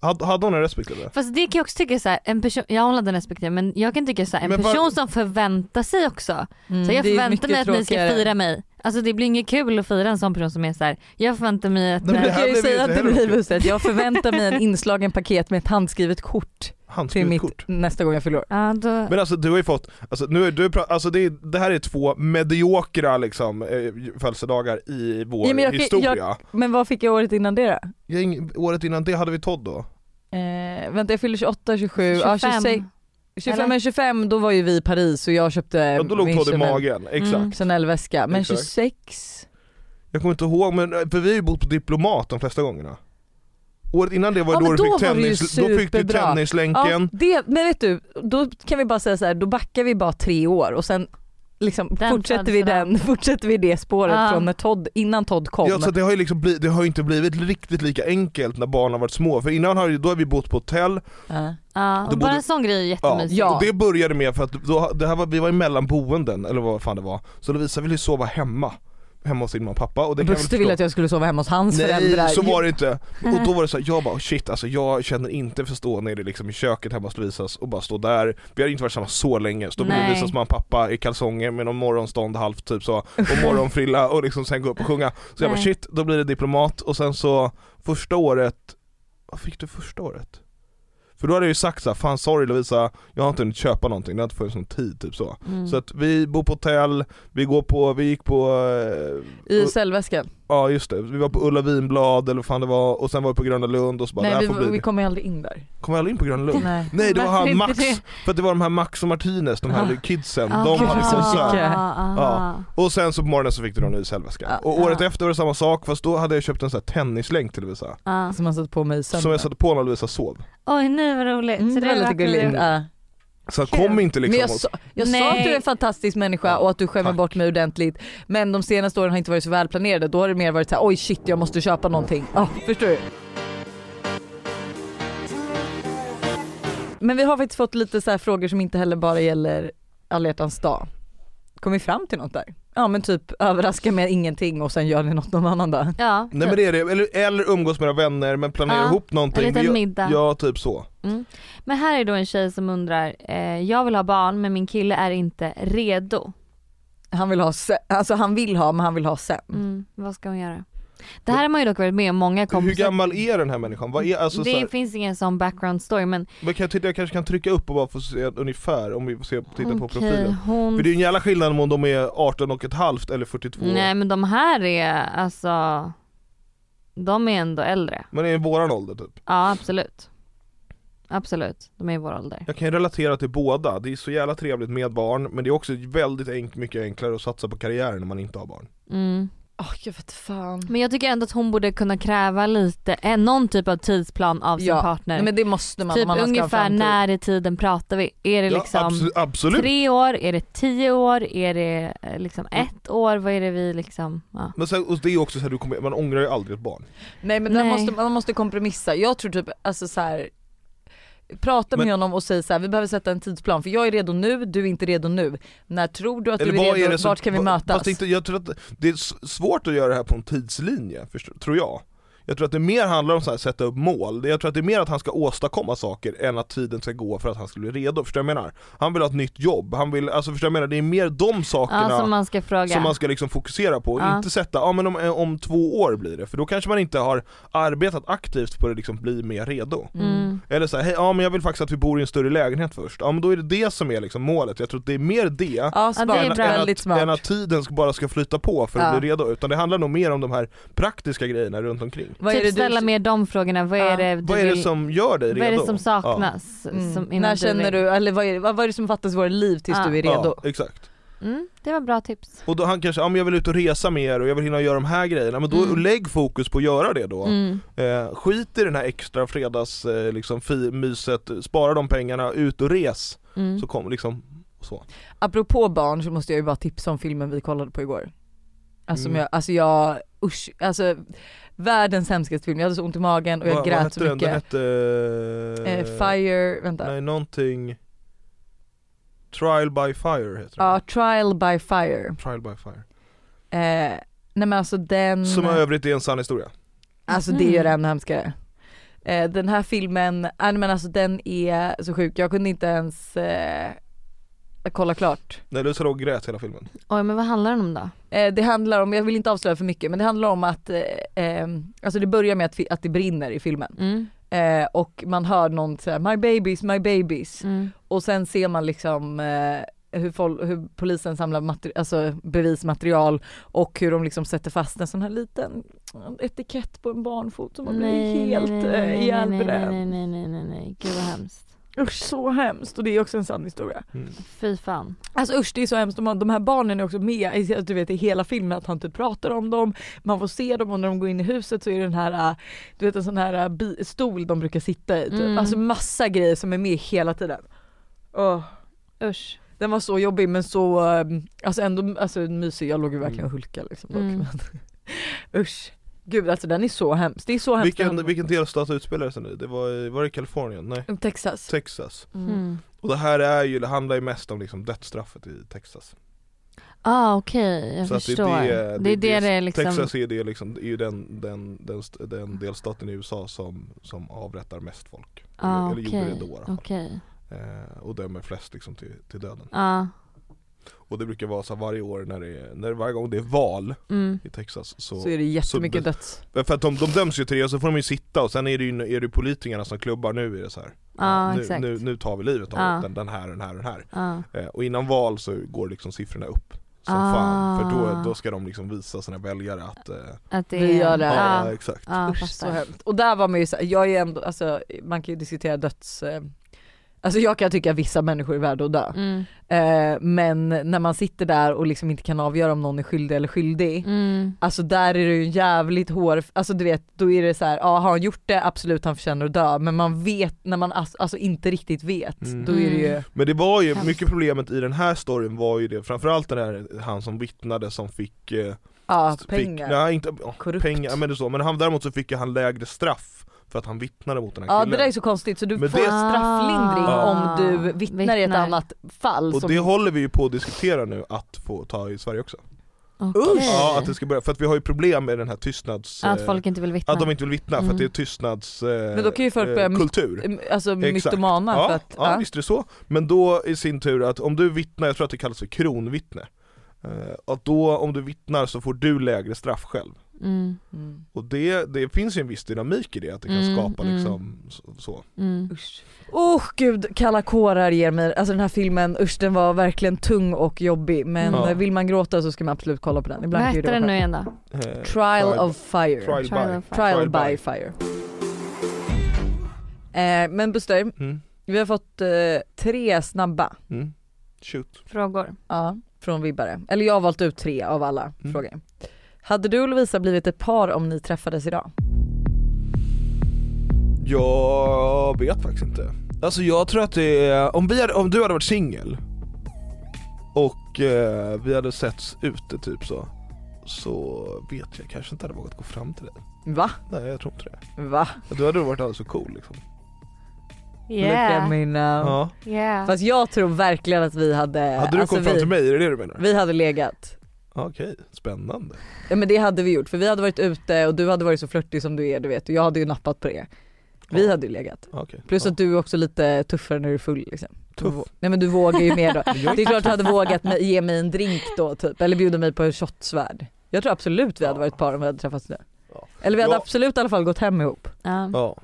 hade, hade hon en respektive?
Fast det kan jag också tycka så här, en person, jag håller den respektive men jag kan tycka så här, en
Men vad-
person som förväntar sig också.
Mm,
Så jag
det är
förväntar
mycket
mig att ni ska
tråkigare.
fira mig. Alltså det blir inget kul att fira en sån person som är så här. jag förväntar mig att... eh,
Nej, men
Du
det här
kan ju
blev ju
säga
inte
till
heller
Rivus att jag förväntar mig en inslagen paket med ett handskrivet kort till
Handskrivet
mitt
kort.
nästa gång jag fyller år.
ja, då...
Men alltså du har ju fått, alltså, nu är du, pra- alltså, det, är, det här är två mediokra liksom, eh, födelsedagar i vår
Ja, men jag kan-
historia.
Men vad fick jag året innan det då?
Jag, ing- året innan det hade vi Todd då.
Ehm, Eh, vänta jag fyller 28, 27, 25. Ja, 26,
25.
25
eller?
men 25 då var ju vi i Paris och jag köpte
Ja, då låg
min
Todd i
Chanel-
magen, exakt.
Mm.
Chanel-väska. Men
Exakt.
26?
Jag kommer inte ihåg, men eh, för vi har ju bott på Diplomat de flesta gångerna. Året innan det var
Ja,
då,
men
du
då
fick
var det ju
tennis, då fick du
superbra. Ja,
tennislänken.
det, men vet du, då kan vi bara säga så här, då backar vi bara tre år och sen liksom
Den
fortsätter, vi
födelsedagen.
den, fortsätter vi det spåret
Ja.
från när Todd, innan Todd kom.
Ja, så det har ju liksom bli, det har ju inte blivit riktigt lika enkelt när barnen har varit små, för innan har, ju- då har vi bott på hotell,
Ja.
Ja, och
Då
bara
borde-
en sån grej är
ja.
jättemysig.
Ja.
och det började med för att då, det här var, vi var i mellanboenden eller vad fan det var, så Lovisa ville ju sova hemma, hemma hos sin mamma och pappa och det kan jag väl
Buster ville
förstå.
att jag skulle sova hemma hos hans föräldrar.
Nej så var det inte. Och då var det så här, jag bara shit alltså jag känner inte för att stå nere liksom i köket hemma hos Lovisas och bara stå där. Vi har inte varit samma så länge, stå med
Nej.
Lovisas mamma och pappa i kalsonger med någon morgonstånd halvt typ så och morgonfrilla och liksom sen gå upp och sjunga. Så jag bara
Nej.
shit, då blir det diplomat och sen så första året, vad fick du första året? För då hade jag ju sagt så här, fan sorry Lovisa, jag har inte hunnit köpa någonting, det har inte funnits någon tid typ så.
Mm.
Så att vi bor på hotell, vi går på, vi gick på eh,
I cellväskan.
Ja just det, vi var på Ulla Vinblad eller vad fan det var och sen var vi på Gröna Lund och så bara det här
Nej
får bli
vi, vi
det.
kommer ju aldrig in där.
Kom alla in på Gröna Lund?
Nej.
Nej det var
Varför
han
inte
Max,
det?
för att det var de här Max och Martinez, de här
Ah.
kidsen,
Ah,
de liksom
gud,
hade
vad
konsert
musiker.
Ja.
Och sen så på morgonen så fick du en ny cellväska.
Ah.
Och året
Ah.
efter var det samma sak fast då hade jag köpt en sån här tennislänk till Lovisa.
Ja.
Som han satt på mig sen.
Som jag satte på när Lovisa sov.
Oj nu vad roligt.
Mm,
Så
det var lite
verkligen-
gulligt. Ja.
Så att
Kul.
kom inte liksom
men jag
och-
sa, jag sa
Nej.
att du är en fantastisk människa
Ja,
och att du skämmer
tack.
bort mig ordentligt. Men de senaste åren har inte varit så välplanerade. Då har det mer varit så här, oj shit jag måste köpa någonting. Ja, förstår du? Men vi har faktiskt fått lite så här frågor som inte heller bara gäller alla hjärtans dag. Kom vi fram till något där? Ja men typ överraska med ingenting och sen gör ni något någon annan dag.
Ja.
Nej men det är det, eller, eller umgås med era vänner men planera
Ah,
ihop
en
någonting.
liten
Vi gör-
middag.
Ja typ så.
Men här är då en tjej som undrar, eh, jag vill ha barn men min kille är inte redo.
Han vill ha, se- alltså han vill ha men han vill ha sen.
Mm, vad ska hon göra? Det här har man ju dock varit med om många
Hur
kompisar.
gammal är den här människan? Vad är, alltså,
det
så här,
finns ingen sån background story men
Men kan jag, titta, jag kanske kan trycka upp och bara få se ungefär om vi får se, titta på
okej,
profilen.
hon...
För det är ju en jävla skillnad om de är 18 och ett halvt eller 42.
Nej men de här är alltså, de är ändå äldre.
Men det är våran ålder typ.
Ja absolut. Absolut, de är i vår ålder.
Jag kan ju relatera till båda, det är så jävla trevligt med barn men det är också väldigt enk- mycket enklare att satsa på karriären när man inte har barn.
Mm.
Åh jag vet fan.
Men jag tycker ändå att hon borde kunna kräva lite, eh, någon typ av tidsplan av sin
Ja,
partner.
Nej, men det måste man
typ
om man ska ha
ungefär
framtid.
när i tiden pratar vi? Är det
Ja,
liksom
abso- absolut!
tre år, är det tio år, är det eh, liksom
Mm.
ett år, vad är det vi liksom, ja.
Men sen, och det är också så här, du kommer, man ångrar ju aldrig ett barn.
Nej men där
Nej.
Måste, man måste kompromissa. Jag tror typ alltså så här. Prata
Men-
med honom och säg så här, vi behöver sätta en tidsplan för jag är redo nu, du är inte redo nu. När tror du att du är redo? Vart kan vi
va-
mötas?
Fast inte, jag tror att det är s- svårt att göra det här på en tidslinje, förstår, tror jag. Jag tror att det mer handlar om så här, sätta upp mål, jag tror att det är mer att han ska åstadkomma saker än att tiden ska gå för att han ska bli redo, förstår du vad jag menar? Han vill ha ett nytt jobb, han vill, alltså förstår du vad jag menar? Det är mer de sakerna
ja som
som, man,
man ska fråga.
ska liksom fokusera på,
Ja.
inte sätta, ja men om, eh, om två år blir det, för då kanske man inte har arbetat aktivt på att liksom bli mer redo.
mm.
Eller såhär, hej, ja men jag vill faktiskt att vi bor i en större lägenhet först, ja men då är det det som är liksom målet, jag tror att det är mer det
Ja, smart.
det är bra.
väldigt
att, än
smart.
att tiden ska- bara ska flytta på för att
Ja.
bli redo, utan det handlar nog mer om de här praktiska grejerna runt omkring.
Vad är
typ
det du-
ställa mer de frågorna, vad är
Ja.
det du
Vad är det
vill-
som gör dig redo?
vad är det som
Ja.
saknas?
Mm.
Som innan
När känner
vill-
du, eller vad är, det, vad vad är det som fattas i våra liv tills
Ja.
du är redo?
Ja, exakt.
Mm, det var bra tips.
Och då han kanske, ja men jag vill ut och resa mer och jag vill hinna göra de här grejerna, men då
Mm.
lägg fokus på att göra det då.
Mm.
Eh, skit i den här extra fredags eh, liksom, fi- myset, spara de pengarna, ut och res.
Mm.
Så kom, liksom, så.
Apropå barn så måste jag ju bara tipsa om filmen vi kollade på igår. Alltså,
Mm.
jag, alltså jag, usch, alltså världens hemskaste film. Jag hade så ont i magen och jag
Vad- vad
grät
hette
så
den?
mycket.
Den hette...
Eh, fire, vänta.
Nej, någonting... Trial by fire heter den.
Ja, Trial by Fire.
Trial by fire.
Eh, nej men alltså den,
Som i
Mm.
övrigt är en sann historia.
alltså det gör det ännu hemskare. Eh, den här filmen, äh, nej men alltså den är så sjuk. Jag kunde inte ens eh, kolla klart.
När du låg och grät hela filmen.
Oj men vad handlar den om då?
Eh, det handlar om, jag vill inte avslöja för mycket, men det handlar om att, eh, eh, alltså det börjar med att, fi- att det brinner i filmen.
Mm.
Eh, och man hör någon säga my babies, my babies.
Mm.
Och sen ser man liksom eh, hur, fol- hur polisen samlar materi- alltså bevismaterial och hur de liksom sätter fast en sån här liten etikett på en barnfot som man blir helt eh, ihjälbränd.
nej, nej, nej, nej, nej, gud vad hemskt.
Usch så hemskt och det är också en sann historia.
Mm.
Fy fan.
Alltså usch det är så hemskt, de, har- de här barnen är också med i, alltså, du vet, i hela filmen att han typ pratar om dem, man får se dem och när de går in i huset så är det den här, äh, du vet en sån här äh, bi- stol de brukar sitta i typ.
Mm.
Alltså massa grejer som är med hela tiden. Åh,
Usch.
den var så jobbig men så, äh, alltså ändå alltså, mysig, jag låg ju verkligen och hulkade liksom dock.
Mm.
Men, usch. Gud alltså den är så hemsk, det är så hemskt.
Vilken,
Den-
vilken delstat utspelar det sig nu? Det var, i- var det Kalifornien? Nej,
Texas.
Texas.
Mm.
Mm.
Och det här är ju, det handlar ju mest om liksom dödsstraffet i Texas.
Ah okej, jag
Så att det är
förstår. Det,
det-
är det det är liksom.
Texas är, det liksom, är ju den, den, den, st- den delstaten i USA som, som avrättar mest folk.
ah,
eller gjorde det
okej.
då. i alla fall.
Okej. Ah.
Eh, och dömer flest liksom till, till döden.
Ja.
Och det brukar vara så här varje år när det är, när varje gång det är val
Mm.
i Texas så,
Så är det jättemycket döds.
För att de, de döms ju till det och så får de ju sitta och sen är det ju är det ju politikerna som klubbar nu är det så här.
Ja,
nu,
exakt.
nu, nu tar vi livet av
Ja.
den, den här, den här, den här.
Ja.
Eh, och innan val så går liksom siffrorna upp som
Ah.
fan. För då, då ska de liksom visa sina väljare att, eh,
Att det är.
Vi gör det.
ja
Ja.
Ja.
exakt.
Ja,
Usch, så
fattar.
hemskt. Och där var man ju så, här- jag är ju ändå, alltså, man kan ju diskutera döds... Eh, alltså jag kan tycka att vissa människor är värda att dö.
Mm.
Eh, men när man sitter där och liksom inte kan avgöra om någon är skyldig eller skyldig.
Mm.
Alltså där är det ju jävligt hår, alltså du vet då är det så här, ja har han gjort det absolut han förtjänar att dö. Men man vet, när man ass- alltså inte riktigt vet,
Mm.
då är det ju,
Mm.
Men det var ju,
Hemskt.
mycket problemet i den här storyn var ju det, framförallt den här han som vittnade som fick, eh,
ja
fick
Ah, pengar.
nej inte, ja,
Korrupt.
pengar, men det är så, men han, däremot så fick ju han lägre straff för att han vittnade mot den här
Ja det
killen.
där är så konstigt så du
Men
får
det-
strafflindring
Ah.
om du vittnar, i ett
Vittnar.
annat fall.
och
som-
det håller vi ju på att diskutera nu att få ta i Sverige också.
Okej.
Ja, att det ska börja, för att vi har ju problem med den här tystnads...
Att
eh,
folk inte vill vittna.
att de inte vill vittna för
Mm.
att det är tystnads... eh,
Men då kan ju folk
eh,
börja mitt-
Kultur.
Alltså
Exakt.
mytomana
ja,
för att,
ja,
ja.
visst är det så. Men då i sin tur att om du vittnar, jag tror att det kallas för kronvittne, eh, att då om du vittnar så får du lägre straff själv.
Mm.
Mm.
Och det, det finns ju en viss dynamik i det, att det kan
Mm,
skapa
mm.
liksom så- så.
Mm.
Usch. Oh gud, kalla kårar ger mig, alltså den här filmen, usch den var verkligen tung och jobbig men
Ja.
eh, vill man gråta så ska man absolut kolla på den. Ibland
Vad
kan ju
hette
det
den nu
vara
igen då?
Eh,
skönt. Trial of Fire.
Trial by.
Trial,
Trial of Fire.
Trial
by.
by.
Fire. Eh, men Buster,
Mm,
vi har fått eh, tre snabba
mm. Shoot.
Frågor.
ja, från vibbare. Eller jag har valt ut tre av alla
Mm.
frågor. Hade du och Lovisa blivit ett par om ni träffades idag?
Jag vet faktiskt inte. Alltså jag tror att det är, om, vi hade, om du hade varit singel och eh, vi hade setts ute typ så, så vet jag kanske inte hade vågat gå fram till dig.
Va?
Nej jag tror inte det.
Va?
Du hade varit alldeles för cool liksom.
Look at
Yeah.
me now.
Ja.
yeah.
Fast jag tror verkligen att vi hade,
Hade du kommit fram
Alltså, vi,
till mig, är det det du menar?
vi hade legat.
Ja, Okej, spännande.
Ja men det hade vi gjort för vi hade varit ute och du hade varit så flörtig som du är du vet och jag hade ju nappat på det. Vi
Ja.
hade ju legat.
Ja, Okej.
Plus
ja.
att du är också lite tuffare när du är full liksom. Du
Tuff.
vå- Nej men du vågar ju mer då.
Jag är
Det är klart du
tuff.
hade vågat me- ge mig en drink då typ eller bjuda mig på en shotsvärd. Jag tror absolut vi hade
Ja.
varit par om vi hade träffats nu.
Ja.
Eller vi hade
Ja.
absolut i alla fall gått hem ihop.
Ja.
Ja,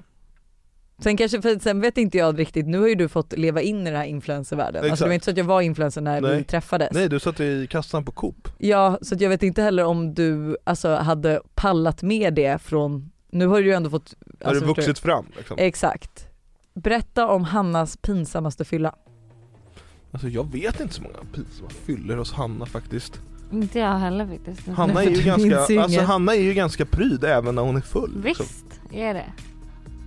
Sen kanske, för sen vet inte jag riktigt, nu har ju du fått leva in i den här influencervärlden. Alltså det
Exakt.
var inte så att jag var influencer när vi
Nej.
träffades.
nej du satt i kassan på Coop.
Ja, så att jag vet inte heller om du alltså, hade pallat med det från nu har du ju ändå fått...
Har
alltså,
du
förstår
vuxit fram liksom?
du? Exakt. Berätta om Hannas pinsammaste fylla.
Alltså jag vet inte så många pinsamma fyller hos Hanna faktiskt
Inte jag heller faktiskt.
Mm.
Hanna är ju
du minns ju
ganska, alltså
inget.
Hanna är ju ganska pryd även när hon är full liksom.
Visst, är det.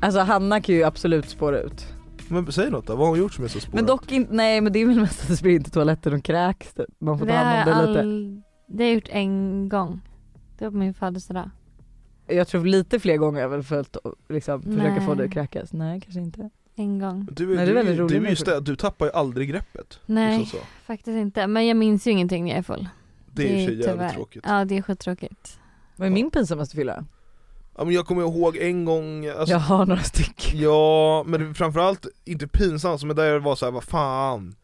Alltså Hanna kan ju absolut spåra ut.
Men säg något då, vad har hon gjort som är så spårat?
Men dock inte, nej men det är väl mest att det springer till toaletten och kräks typ. Man får
Det
ta hand om det
har jag
lite.
ald- det har jag gjort en gång. Det var på min födelsedag.
Jag tror lite fler gånger har jag väl följt och liksom försöka
Nej.
få dig att kräkas. Nej kanske inte.
En gång.
Du,
Nej, det är
du,
väldigt
du,
rolig
du, är ju
människa.
stä- du tappar ju aldrig greppet
Nej,
Liksom så.
faktiskt inte. Men jag minns ju ingenting när jag är full.
Det är i och för sig jävligt
tyvärr-
tråkigt
Ja, det är skittråkigt.
Vad är min pinsammaste fylla?
ja, men Jag kommer ihåg en gång alltså,
Jag har några stycken.
Ja, men det- framförallt inte pinsamt men där jag var så här, vad fan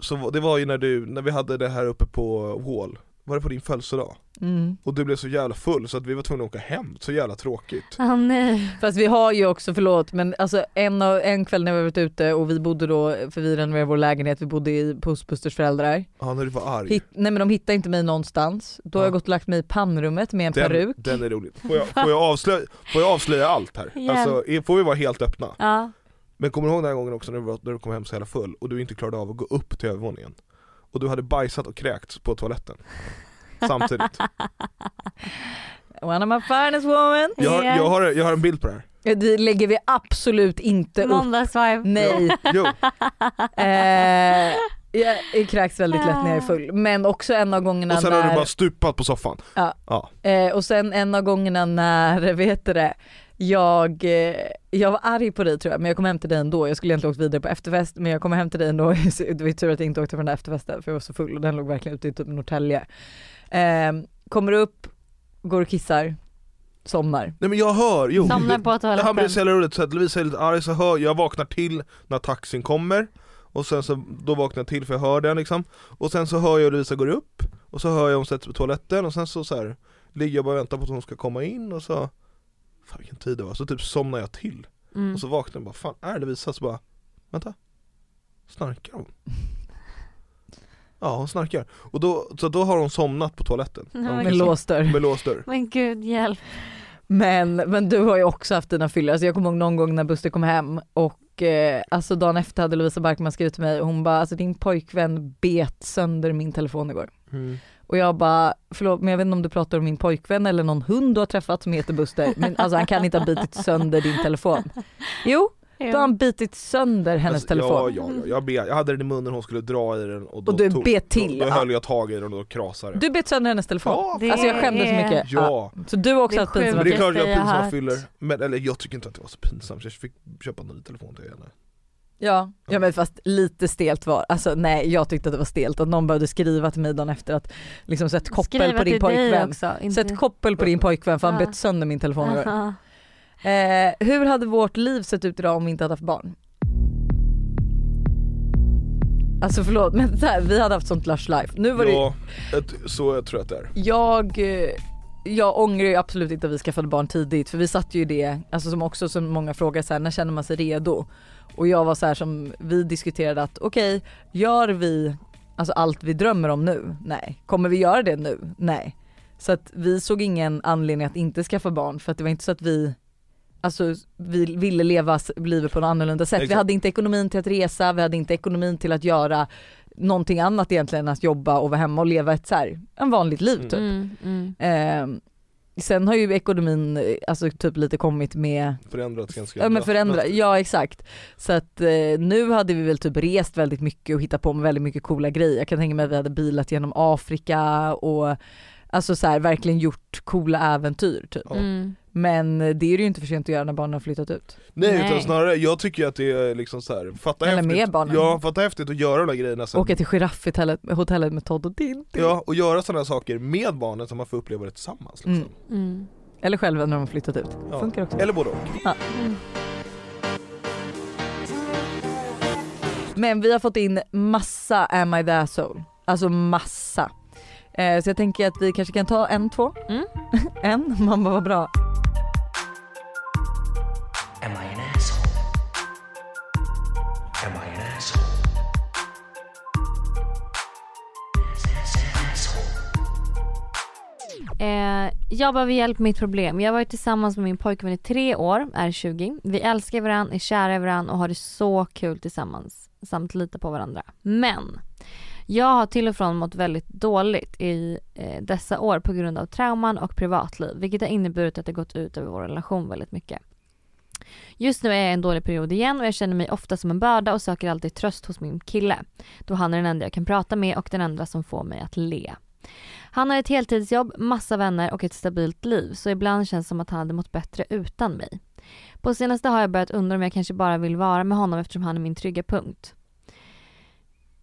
så var- Det var ju när du, när vi hade det här uppe på Wall Var det på din födelsedag?
Mm.
Och du blev så jävla full så att vi var tvungna att åka hem, så jävla tråkigt
Ah, nej.
Fast vi har ju också, förlåt men alltså en, av- en kväll när vi varit ute och vi bodde då, för vi renoverade vår lägenhet, vi bodde i Pussbusters föräldrar.
Ja när du var arg
Hitt, nej men de hittade inte mig någonstans. Då har jag
Ja.
gått och lagt mig i pannrummet med en peruk.
Den är rolig. Får jag, får jag, avslöja, får jag avslöja allt här?
Ja.
Alltså, är- får vi vara helt öppna?
Ja,
Men kommer du ihåg den här gången också när du, var, när du kom hem så jävla full och du inte klarade av att gå upp till övervåningen? Och du hade bajsat och kräkts på toaletten Samtidigt.
One of my finest woman.
Jag har,
Ja.
jag har, jag har en bild på det här.
Det lägger vi absolut inte upp. Mm.
måndagsvibe.
Nej.
Jo,
Eh, jag kräks väldigt lätt när jag är full. Men också en av gångerna
och sen
när...
har du bara stupat på soffan.
Eh, och sen en av gångerna när, vad heter det, jag, eh, jag var arg på dig tror jag men jag kom hem till dig ändå. Jag skulle egentligen åkt vidare på efterfest men jag kom hem till dig ändå. Så Det var ju tur att jag inte åkte på den där efterfesten för jag var så full och den låg verkligen ute i typ Norrtälje. Eh, kommer upp, går och kissar, somnar.
Nej men jag hör, jo.
Somnar
Det-
på
Det här blir
toaletten.
så jävla roligt, så att Lovisa är lite arg, så hör, jag vaknar till när taxin kommer Och sen så, då vaknar jag till för jag hör den liksom Och sen så hör jag Lovisa går upp Och så hör jag hon sätter sig på toaletten och sen så, så här, Ligger jag bara och väntar på att hon ska komma in och så Fan vilken tid det var, så typ somnar jag till
Mm.
Och så vaknar jag bara, fan är Lovisa? Så bara, vänta Snarkar hon? Ja hon snarkar, och då, så då har hon somnat på toaletten
Ja, men
Hon
Med
kissar.
låst dörr.
Med låst dörr
Men gud hjälp.
Men, men du har ju också haft dina fyllor. Alltså jag kommer ihåg någon gång när Buster kom hem och eh, alltså dagen efter hade Lovisa Barkman skrivit till mig och hon bara alltså din pojkvän bet sönder min telefon igår.
Mm.
Och jag bara, förlåt men jag vet inte om du pratar om min pojkvän eller någon hund du har träffat som heter Buster, men alltså han kan inte ha bitit sönder din telefon. Jo, då har han bitit sönder hennes
Alltså,
telefon.
Ja, ja, ja. Jag, bet- jag hade den i munnen, hon skulle dra i den och då
Och du
tog-
bet till,
Då, då
ja.
höll jag tag i den och då krasade den.
Du bet sönder hennes telefon.
Ja,
Det
Alltså jag skämdes så
är-
mycket. Ja.
Ja,
Så du har också
Det är
haft pinsamma
men det är klart jag har
Jag har
pinsamma
hört.
fyller. Men eller jag tycker inte att det var så pinsamt, så jag fick köpa en ny telefon till henne.
Ja, ja men fast lite stelt var Alltså nej jag tyckte att det var stelt att någon behövde skriva till mig dagen efter att liksom sätt koppel
Skriva
på din
till dig
pojkvän.
också. Inte...
Sätt koppel på din pojkvän för han
Ja.
bet sönder min telefon igår.
Aha.
Eh, hur hade vårt liv sett ut idag om vi inte hade haft barn? Alltså förlåt men så här, vi hade haft sånt lush life. Nu var det,
Ja, ett, så jag tror jag att det är.
jag, eh, jag ångrar ju absolut inte att vi skaffade barn tidigt för vi satt ju i det, alltså som också som många frågar så här, när känner man sig redo? Och jag var så här som vi diskuterade att okej, gör vi alltså allt vi drömmer om nu? Nej. Kommer vi göra det nu? Nej. Så att vi såg ingen anledning att inte skaffa barn för att det var inte så att vi Alltså vi ville leva s- livet på något annorlunda sätt. Vi
Exakt.
hade inte ekonomin till att resa, vi hade inte ekonomin till att göra någonting annat egentligen än att jobba och vara hemma och leva ett så här, en vanligt liv typ.
Mm, mm.
Ehm, sen har ju ekonomin eh, alltså, typ lite kommit med,
Förändrats ganska
ja men
drastiskt.
förändra, ja exakt. Så att eh, nu hade vi väl typ rest väldigt mycket och hittat på med väldigt mycket coola grejer. Jag kan tänka mig att vi hade bilat genom Afrika och alltså så här, verkligen gjort coola äventyr typ.
Ja.
Mm.
Men det är det ju inte för sent att göra när barnen har flyttat ut.
Nej, utan
Nej.
snarare, jag tycker ju att det är liksom så här, fatta
Eller
häftigt.
med barnen.
Ja, fatta häftigt att göra de där grejerna sen.
Åka till giraffhotellet hotellet med Todd och Tintin.
Ja, och göra sådana saker med barnen som man får uppleva det tillsammans liksom.
Mm.
Mm.
Eller själva när de har flyttat ut.
Ja.
Funkar också.
Eller både och.
Mm.
Men vi har fått in massa Am I the asshole? Alltså massa. Eh, så jag tänker att vi kanske kan ta en, två.
Mm.
en, man bara vad bra.
Am I an asshole? Am I an asshole? Am I an asshole?
Eh, jag behöver hjälp med mitt problem. Jag har varit tillsammans med min pojkvän i tre år, är 20. Vi älskar varandra, är kära i varandra och har det så kul tillsammans. Samt litar på varandra. Men jag har till och från mått väldigt dåligt i eh, dessa år på grund av trauman och privatliv. Vilket har inneburit att det gått ut över vår relation väldigt mycket. Just nu är jag i en dålig period igen och jag känner mig ofta som en börda och söker alltid tröst hos min kille. Då han är den enda jag kan prata med och den enda som får mig att le. Han har ett heltidsjobb, massa vänner och ett stabilt liv så ibland känns det som att han hade mått bättre utan mig. På senaste har jag börjat undra om jag kanske bara vill vara med honom eftersom han är min trygga punkt.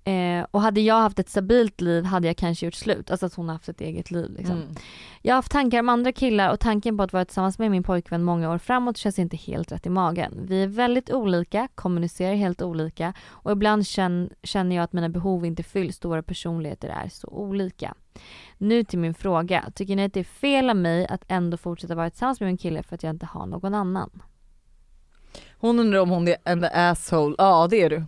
Eh, och hade jag haft ett stabilt liv hade jag kanske gjort slut. Alltså att hon har haft ett eget liv liksom.
Mm.
Jag har haft tankar om andra killar och tanken på att vara tillsammans med min pojkvän många år framåt känns inte helt rätt i magen. Vi är väldigt olika, kommunicerar helt olika och ibland känn, känner jag att mina behov inte fylls då våra personligheter är så olika. Nu till min fråga. Tycker ni att det är fel av mig att ändå fortsätta vara tillsammans med min kille för att jag inte har någon annan?
Hon undrar om hon är en asshole, ja det är du.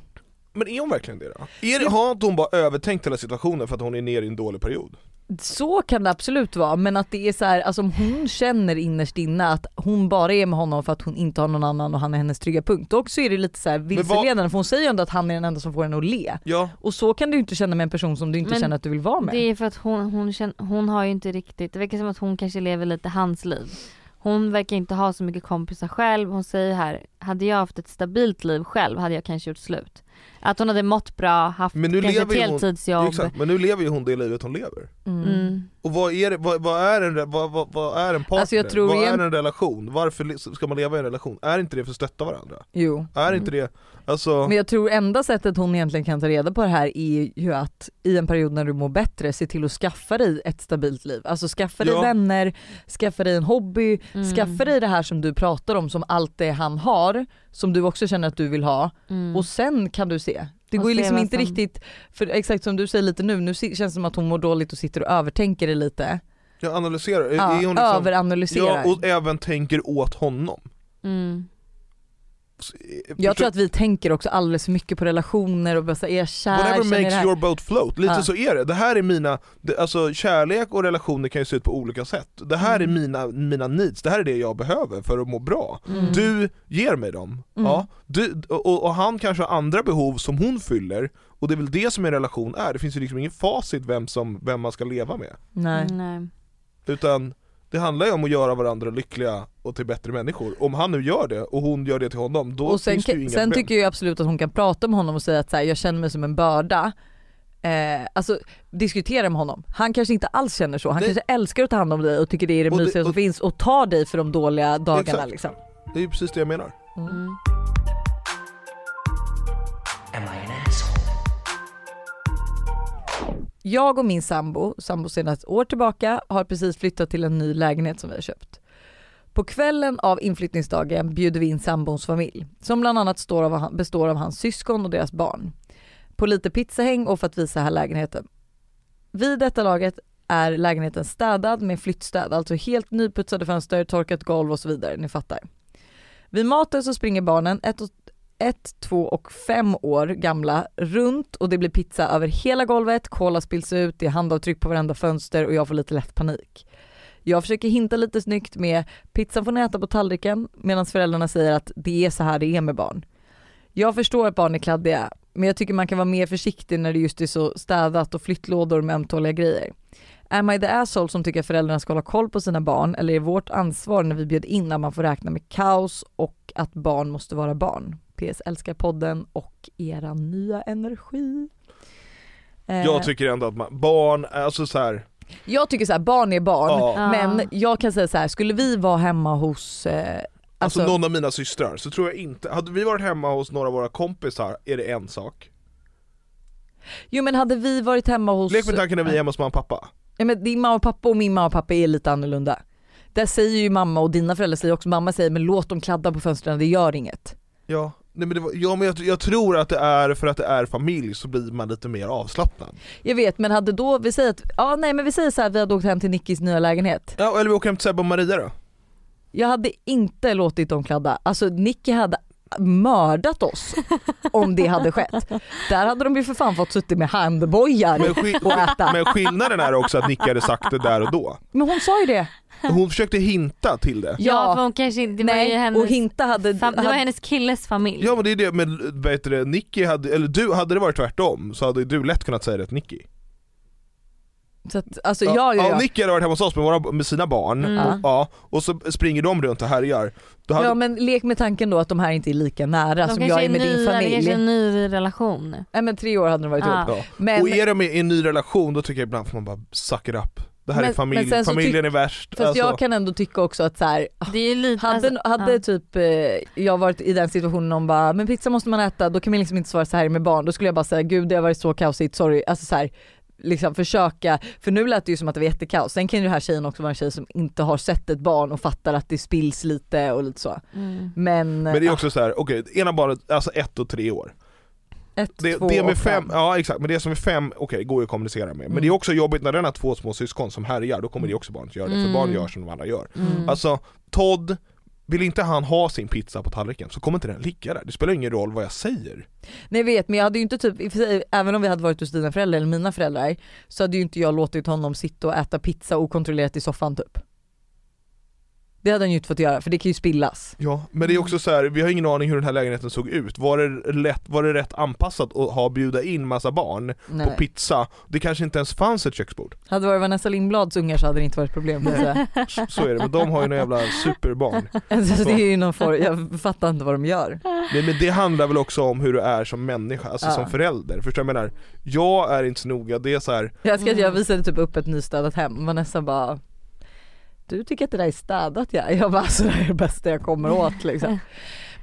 Men är hon verkligen det då? Är det, har inte hon bara övertänkt hela situationen för att hon är nere i en dålig period?
Så kan det absolut vara men att det är så här, alltså om hon känner innerst inne att hon bara är med honom för att hon inte har någon annan och han är hennes trygga punkt. Och så är det lite så här vilseledande för hon säger ju ändå att han är den enda som får henne att le.
Ja.
Och så kan du ju inte känna med en person som du inte
Men
känner att du vill vara med.
Det är för att hon, hon, känner, hon har ju inte riktigt, det verkar som att hon kanske lever lite hans liv. Hon verkar inte ha så mycket kompisar själv. Hon säger här, hade jag haft ett stabilt liv själv hade jag kanske gjort slut. Att hon hade mått bra, haft
Men nu
kanske ett
lever ju hon-
heltidsjobb.
Exakt, men nu lever ju hon det livet hon lever.
Mm.
Och vad är, det, vad, vad är, en, re- vad, vad, vad är en partner?
Alltså, jag tror
vad
igen-
är en relation? Varför le- ska man leva i en relation? Är inte det för att stötta varandra?
Jo.
Är inte det, alltså,
Mm. Men jag tror enda sättet hon egentligen kan ta reda på det här är ju att i en period när du mår bättre se till att skaffa dig ett stabilt liv. Alltså skaffa dig
Ja.
vänner, skaffa dig en hobby,
Mm.
skaffa dig det här som du pratar om som allt det han har som du också känner att du vill ha
Mm.
och sen kan du se. Det
Och
går ju
se
liksom
vad
inte
som-
riktigt, för exakt som du säger lite nu, nu si- känns det som att hon mår dåligt och sitter och övertänker det lite.
jag analyserar, Är-
Ja,
är hon liksom,
överanalyserar.
ja, och även tänker åt honom.
Mm.
Så, eh,
jag
förstår-
tror att vi tänker också alldeles för mycket på relationer och bara så här, är jag kär?
Whatever
Känner jag det
makes
här?
your boat float, lite
Ja.
så är det. Det här är mina, det, alltså kärlek och relationer kan ju se ut på olika sätt. Det här
Mm.
är mina, mina needs, det här är det jag behöver för att må bra.
Mm.
Du ger mig dem,
Mm.
ja. du, och, och han kanske har andra behov som hon fyller, och det är väl det som en relation är. Det finns ju liksom ingen facit vem, som, vem man ska leva med.
Nej.
Nej. Mm.
Utan det handlar ju om att göra varandra lyckliga och till bättre människor. Om han nu gör det och hon gör det till honom, då
Och sen,
finns det ju
kan-
inga
sen
problem.
tycker jag absolut att hon kan prata med honom och säga att så här, jag känner mig som en börda. Eh, alltså diskutera med honom. Han kanske inte alls känner så. Han
Nej.
kanske älskar att ta hand om dig och tycker det är det
Och det-
mysigaste som
och-
finns och tar dig för de dåliga dagarna
Exakt.
liksom.
Det är ju precis det jag menar.
Mm.
Mm.
Am I an asshole?
Jag och min sambo, sambo sedan ett år tillbaka, har precis flyttat till en ny lägenhet som vi har köpt. På kvällen av inflyttningsdagen bjuder vi in sambons familj som bland annat står av, består av hans syskon och deras barn. På lite pizzahäng och för att visa här lägenheten. Vid detta laget är lägenheten städad med flyttstäd, alltså helt nyputsade fönster, torkat golv och så vidare, ni fattar. Vid maten så springer barnen, ett och ett, två och fem år gamla runt och det blir pizza över hela golvet, cola spills ut, det är handavtryck på varenda fönster och jag får lite lätt panik. Jag försöker hinta lite snyggt med pizzan får ni äta på tallriken medan föräldrarna säger att det är så här det är med barn. Jag förstår att barn är kladdiga men jag tycker man kan vara mer försiktig när det just är så städat och flyttlådor med ömtåliga grejer. Am I the asshole som tycker att föräldrarna ska hålla koll på sina barn eller är vårt ansvar när vi bjöd in att man får räkna med kaos och att barn måste vara barn? PS älskar podden och era nya energi. Eh,
Jag tycker ändå att man, barn, alltså så här,
jag tycker så här, barn är barn.
ja.
Ja.
Men jag kan säga så här, skulle vi vara hemma hos eh,
Alltså,
alltså,
någon av mina systrar, så tror jag inte, hade vi varit hemma hos några av våra kompisar är det en sak
Jo men hade vi varit hemma hos
Lek med tanken när vi är hemma hos mamma och pappa
ja, men Din mamma och pappa och min mamma och pappa är lite annorlunda. Där säger ju mamma och dina föräldrar säger också, mamma säger men låt dem kladda på fönstren, det gör inget.
Ja, Nej, men, det var, ja, men jag, jag tror att det är för att det är familj så blir man lite mer avslappnad
Jag vet men hade då, vi säger att, ja nej men vi säger så här, vi hade åkt hem till Nickis nya lägenhet.
Ja eller vi åker hem till Sebbe och Maria då
Jag hade inte låtit dem kladda, alltså Nicky hade mördat oss om det hade skett. Där hade de ju för fan fått sitta med handbojar
Men, skill-
och äta.
men skillnaden är också att Nicky hade sagt det där och då.
Men hon sa ju det.
Hon försökte hinta till det.
Ja.
Ja, för hon kanske inte, det var ju
Nej,
hennes,
och Hinta hade...
fam, det var
hade-
hennes killes familj.
Ja men det är det, men vad heter det, Nicky hade, eller du, hade det varit tvärtom så hade du lätt kunnat säga det till Nicky.
så att, alltså, ja, ja, ja.
Nicky hade varit hemma hos oss med, våra, med sina barn,
Mm.
ja, och så springer de runt och härjar. Då hade,
ja men lek med tanken då att de här inte är lika nära
De
som
kanske
jag är med
nya,
din
det
familj.
kanske är en ny relation nu.
Nej men tre år hade de varit
Ja.
ihop.
ja.
Eh, Men,
Och är de i en ny relation då tycker jag ibland får man bara suck it up. Det här
Men-
är familj,
men sen så
familjen är värst. Alltså,
fast jag kan ändå tycka också att så här, ah,
Det är ju lite,
hade,
alltså,
hade
ja.
typ eh, jag varit i den situationen om bara men pizza måste man äta, då kan man liksom inte svara så här med barn. Då skulle jag bara säga gud det har varit så kaosigt, sorry. Alltså så här, liksom försöka, för nu lät det ju som att det var jättekaos. Sen kan ju den här tjejen också vara en tjej som inte har sett ett barn och fattar att det spills lite och lite så.
Mm.
Men,
Men det är också så här, okej, ena barnet, alltså ett och tre år.
ett,
Det,
två
det med
och
fem, ja exakt, men det som är fem, okej går ju att kommunicera med. Men
Mm.
det är också jobbigt när den har två små syskon som härjar, då kommer det också barnet göra det,
Mm.
för barn gör som de andra gör.
Mm.
Alltså Todd, vill inte han ha sin pizza på tallriken så kommer inte den ligga där, det spelar ingen roll vad jag säger.
Nej jag vet men jag hade ju inte typ, i och för sig, även om vi hade varit hos dina föräldrar eller mina föräldrar så hade ju inte jag låtit honom sitta och äta pizza okontrollerat i soffan typ. Det hade han ju inte fått göra för det kan ju spillas.
Ja, men det är också så här, vi har ingen aning hur den här lägenheten såg ut. Var det, lätt, var det rätt anpassat att ha bjuda in massa barn
Nej.
på pizza? Det kanske inte ens fanns ett köksbord.
Hade det varit Vanessa Lindblads ungar så hade det inte varit problem kan jag säga.
S- Så är det, men de har ju några jävla superbarn.
Alltså, det är ju någon form, jag fattar inte vad de gör.
Men, men det handlar väl också om hur du är som människa, alltså
Ja.
som förälder. Förstår du vad jag menar? Jag är inte så noga, det är så här,
Jag, ska, jag
Mm.
visade typ upp ett nystädat hem, Vanessa bara du tycker att det där är städat ja. Jag bara så det här är det bästa jag kommer åt liksom.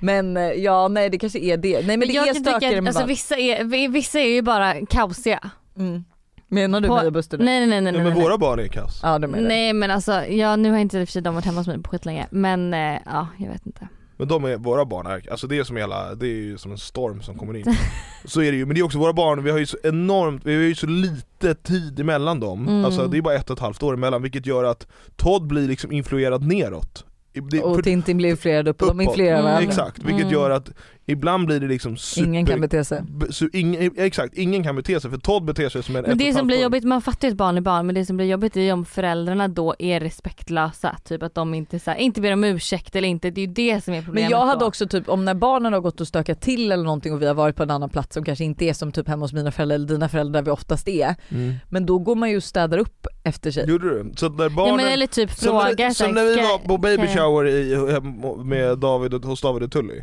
Men eh, ja nej det kanske är det. Nej men det
jag
är
kan tycka
stökigare
att,
med
alltså,
barn.
vissa, är, vi- vissa är ju bara kaosiga.
Mm. Menar du
På-
Mia Buster nu?
Nej nej nej.
ja,
nej, nej,
men
nej.
våra barn är kass.
Ja det menar jag.
Nej men alltså, ja, nu har inte i och för sig de varit hemma hos mig på skitlänge men eh, ja jag vet inte.
Men de är, våra barn är, alltså det är som hela, det är ju som en storm som kommer in. Så är det ju, men det är också våra barn, vi har ju så enormt, vi har ju så lite tid emellan dem.
Mm.
Alltså det är bara ett och ett halvt år emellan vilket gör att Todd blir liksom influerad neråt. I- Det, för-
Och Tintin blir influerad upp och de
uppåt.
influerar
Mm,
varandra.
Exakt, vilket
Mm.
gör att ibland blir det liksom super...
Ingen kan bete sig.
b- su- ingen, exakt, ingen kan bete sig för Todd beter sig som en
Men
ett och
det
ett
som
halvt
blir
år.
jobbigt, man fattar ju ett barn är barn men det som blir jobbigt är ju om föräldrarna då är respektlösa. Typ att de inte, så här, inte ber om ursäkt eller inte. Det är ju det som är problemet
Men jag hade
då.
också typ om när barnen har gått och stökat till eller någonting och vi har varit på en annan plats som kanske inte är som typ hemma hos mina föräldrar eller dina föräldrar där vi oftast är.
Mm.
Men då går man ju och städar upp efter sig.
Gjorde du? Så att när
ja,
barnen...
men, Eller typ
som,
fråga
när,
så här,
som när vi
ska-
var på baby
kan jag-
shower i, hem- med David, och- hos David och Tully.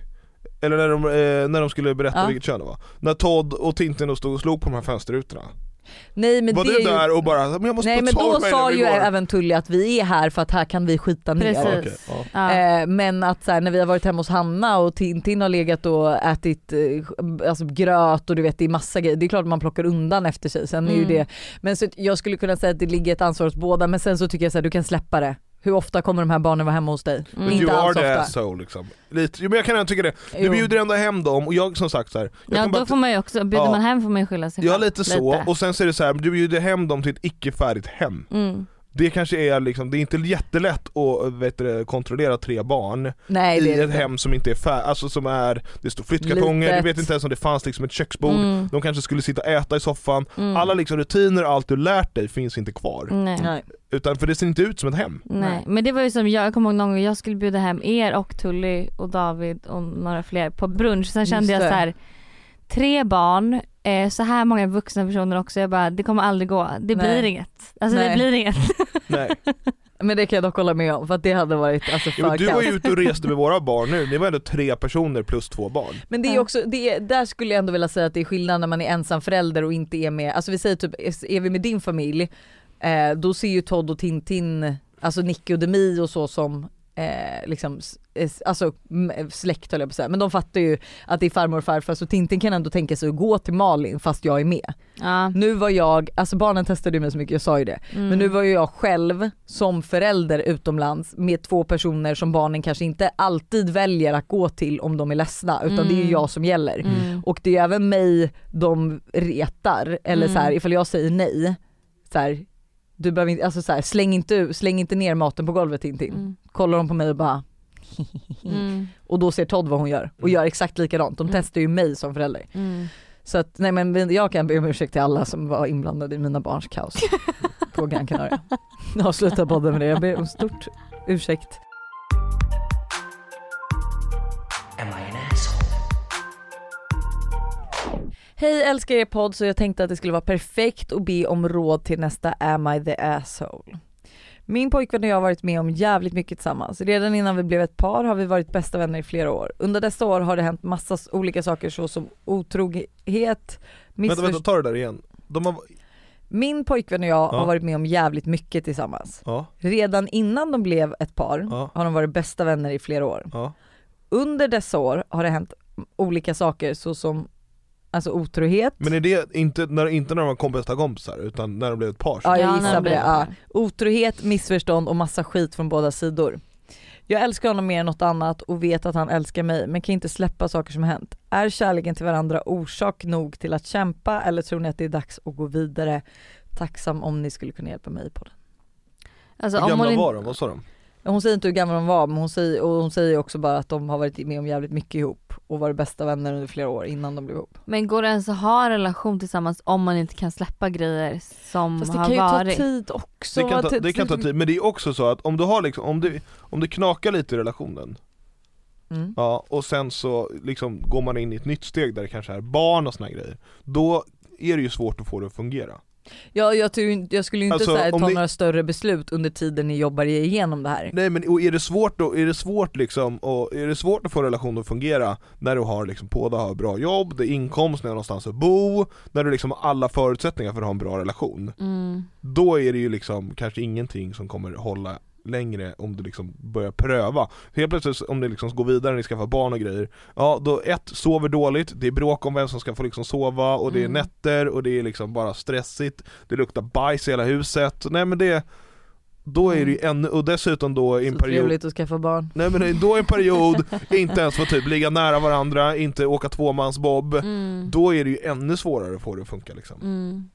Eller när de, eh, när de skulle berätta
Ja.
vilket kön det var. När Todd och Tintin och stod och slog på de här fönsterrutorna.
Nej men
var
det
du
är ju...
där och bara men jag måste
Nej
få
men
tag
då
på henne
sa
när vi
ju
går."
även Tully att vi är här för att här kan vi skita ner.
Precis.
ja, okej, ja.
Ja.
Eh, Men att så här, när vi har varit hemma hos Hanna och Tintin har legat och ätit eh, alltså, gröt och du vet det är massa grejer. Det är klart man plockar undan efter sig. Sen är ju
Mm.
det, men så att jag skulle kunna säga att det ligger ett ansvar hos båda men sen så tycker jag att du kan släppa det. Hur ofta kommer de här barnen vara hemma hos dig?
Mm.
But
Inte
you are
alls
the
ofta.
asshole liksom. Lite, jo, men jag kan ändå tycka det. Du
Jo.
bjuder ändå hem dem och jag som sagt så här, jag
Ja
kan bara
då får man ju också, bjuder
Ja.
man hem får man ju skylla sig
Ja
själv
lite så, och sen så är det så här, du bjuder hem dem till ett icke färdigt hem.
Mm.
Det kanske är liksom, det är inte jättelätt att eh, vet du, kontrollera tre barn
Nej det
i
är det
ett
inte.
hem som inte är färdigt, alltså som är, det står flyttkartonger, du
Litet.
vet inte ens om det fanns liksom ett köksbord,
Mm.
de kanske skulle sitta och äta i soffan.
Mm.
Alla liksom rutiner och allt du lärt dig finns inte kvar.
Mm.
Nej. Nej.
Nej.
Utan, för det ser inte ut som ett hem.
Nej.
men det var ju som jag, jag kommer ihåg någon gång jag skulle bjuda hem er och Tully och David och några fler på brunch. Sen kände jag
det.
så här tre barn, eh, så här många vuxna personer också. Jag bara det kommer aldrig gå. Det
Nej.
blir inget. Alltså det
Nej.
blir inget.
Nej.
Men det kan jag dock hålla med om för att det hade varit alltså, för
Jo, men du var
kaos.
ju ute och reste med våra barn nu, ni var ändå tre personer plus två barn.
Men det är
Ja.
också, det är, där skulle jag ändå vilja säga att det är skillnad när man är ensam förälder och inte är med, alltså vi säger typ, är vi med din familj, eh, då ser ju Todd och Tintin, alltså Nicky och Demi och så som Eh, liksom, s- s- alltså m- släkt höll jag på att säga, men de fattar ju att det är farmor och farfar så Tintin kan ändå tänka sig att gå till Malin fast jag är med.
Ja.
Nu var jag, alltså barnen testade ju mig så mycket, jag sa ju det.
Mm.
Men nu var ju jag själv som förälder utomlands med två personer som barnen kanske inte alltid väljer att gå till om de är ledsna utan det är ju
Mm.
jag som gäller.
Mm.
Och det är även mig de retar eller
Mm.
så här ifall jag säger nej. Så här, du behöver inte, alltså så här, släng, inte, släng inte ner maten på golvet Tintin.
Mm.
Kollar de på mig och bara
Mm.
Och då ser Todd vad hon gör och
Mm.
gör exakt likadant. De
Mm.
testar ju mig som förälder.
Mm.
Så att nej men jag kan be om ursäkt till alla som var inblandade i mina barns kaos på Gran Canaria. Jag avslutar podden med det. Jag ber om stort ursäkt.
Am I an asshole?
Hej älskar er podd så jag tänkte att det skulle vara perfekt att be om råd till nästa Am I the asshole? Min pojkvän och jag har varit med om jävligt mycket tillsammans. Redan innan vi blev ett par har vi varit bästa vänner i flera år. Under dessa år har det hänt massa s- olika saker såsom otrohet,
Vänta, vänta,
missförstånd.
ta det där igen. De har,
Min pojkvän och jag
Ja.
har varit med om jävligt mycket tillsammans.
ja,
Redan innan de blev ett par
Ja.
har de varit bästa vänner i flera år.
ja.
Under dessa år har det hänt olika saker såsom alltså otrohet,
Men är det inte när, inte när de var kompisar kompisar utan när de blev ett par?
Ja, jag
när
gissar
de
på
blir
det, ja. otrohet, missförstånd och massa skit från båda sidor. Jag älskar honom mer än något annat och vet att han älskar mig men kan inte släppa saker som hänt. Är kärleken till varandra orsak nog till att kämpa eller tror ni att det är dags att gå vidare? Tacksam om ni skulle kunna hjälpa mig på det.
Alltså,
Hur
om hon
gamla
in-
var de? Vad sa de?
Hon säger inte hur gammal de var men hon säger, och hon säger också bara att de har varit med om jävligt mycket ihop och varit bästa vänner under flera år innan de blev ihop.
Men går det ens att ha en relation tillsammans om man inte kan släppa grejer som
Fast det
Mm, har
kan ju
varit?
ta tid också.
Det kan, ta,
Att-
det kan ta tid, men det är också så att om du har liksom, om det, om det knakar lite i relationen
Mm.
Ja, och sen så liksom går man in i ett nytt steg där det kanske är barn och såna här grejer. Då är det ju svårt att få det att fungera.
Ja, jag, tror, inte- jag skulle ju inte
Alltså,
så här, ta
om det-
några större beslut under tiden ni jobbar igenom det här.
Nej men och är det svårt då, är det svårt liksom, och är det svårt att få relationen att fungera när du har liksom, båda har bra jobb, det är inkomst, ni har någonstans att bo, när du liksom har alla förutsättningar för att ha en bra relation.
Mm.
Då är det ju liksom kanske ingenting som kommer hålla längre om du liksom börjar pröva. Helt plötsligt om ni liksom går vidare, ni skaffar barn och grejer, ja då ett, sover dåligt, det är bråk om vem som ska få liksom sova och det är
Mm.
nätter och det är liksom bara stressigt, det luktar bajs i hela huset, nej men det då är det ju ännu, och dessutom då i en
Så
period
trevligt att skaffa barn.
Nej men då i en period, inte ens få typ ligga nära varandra, inte åka tvåmansbob
Mm.
Då är det ju ännu svårare att få det att funka liksom
Mm.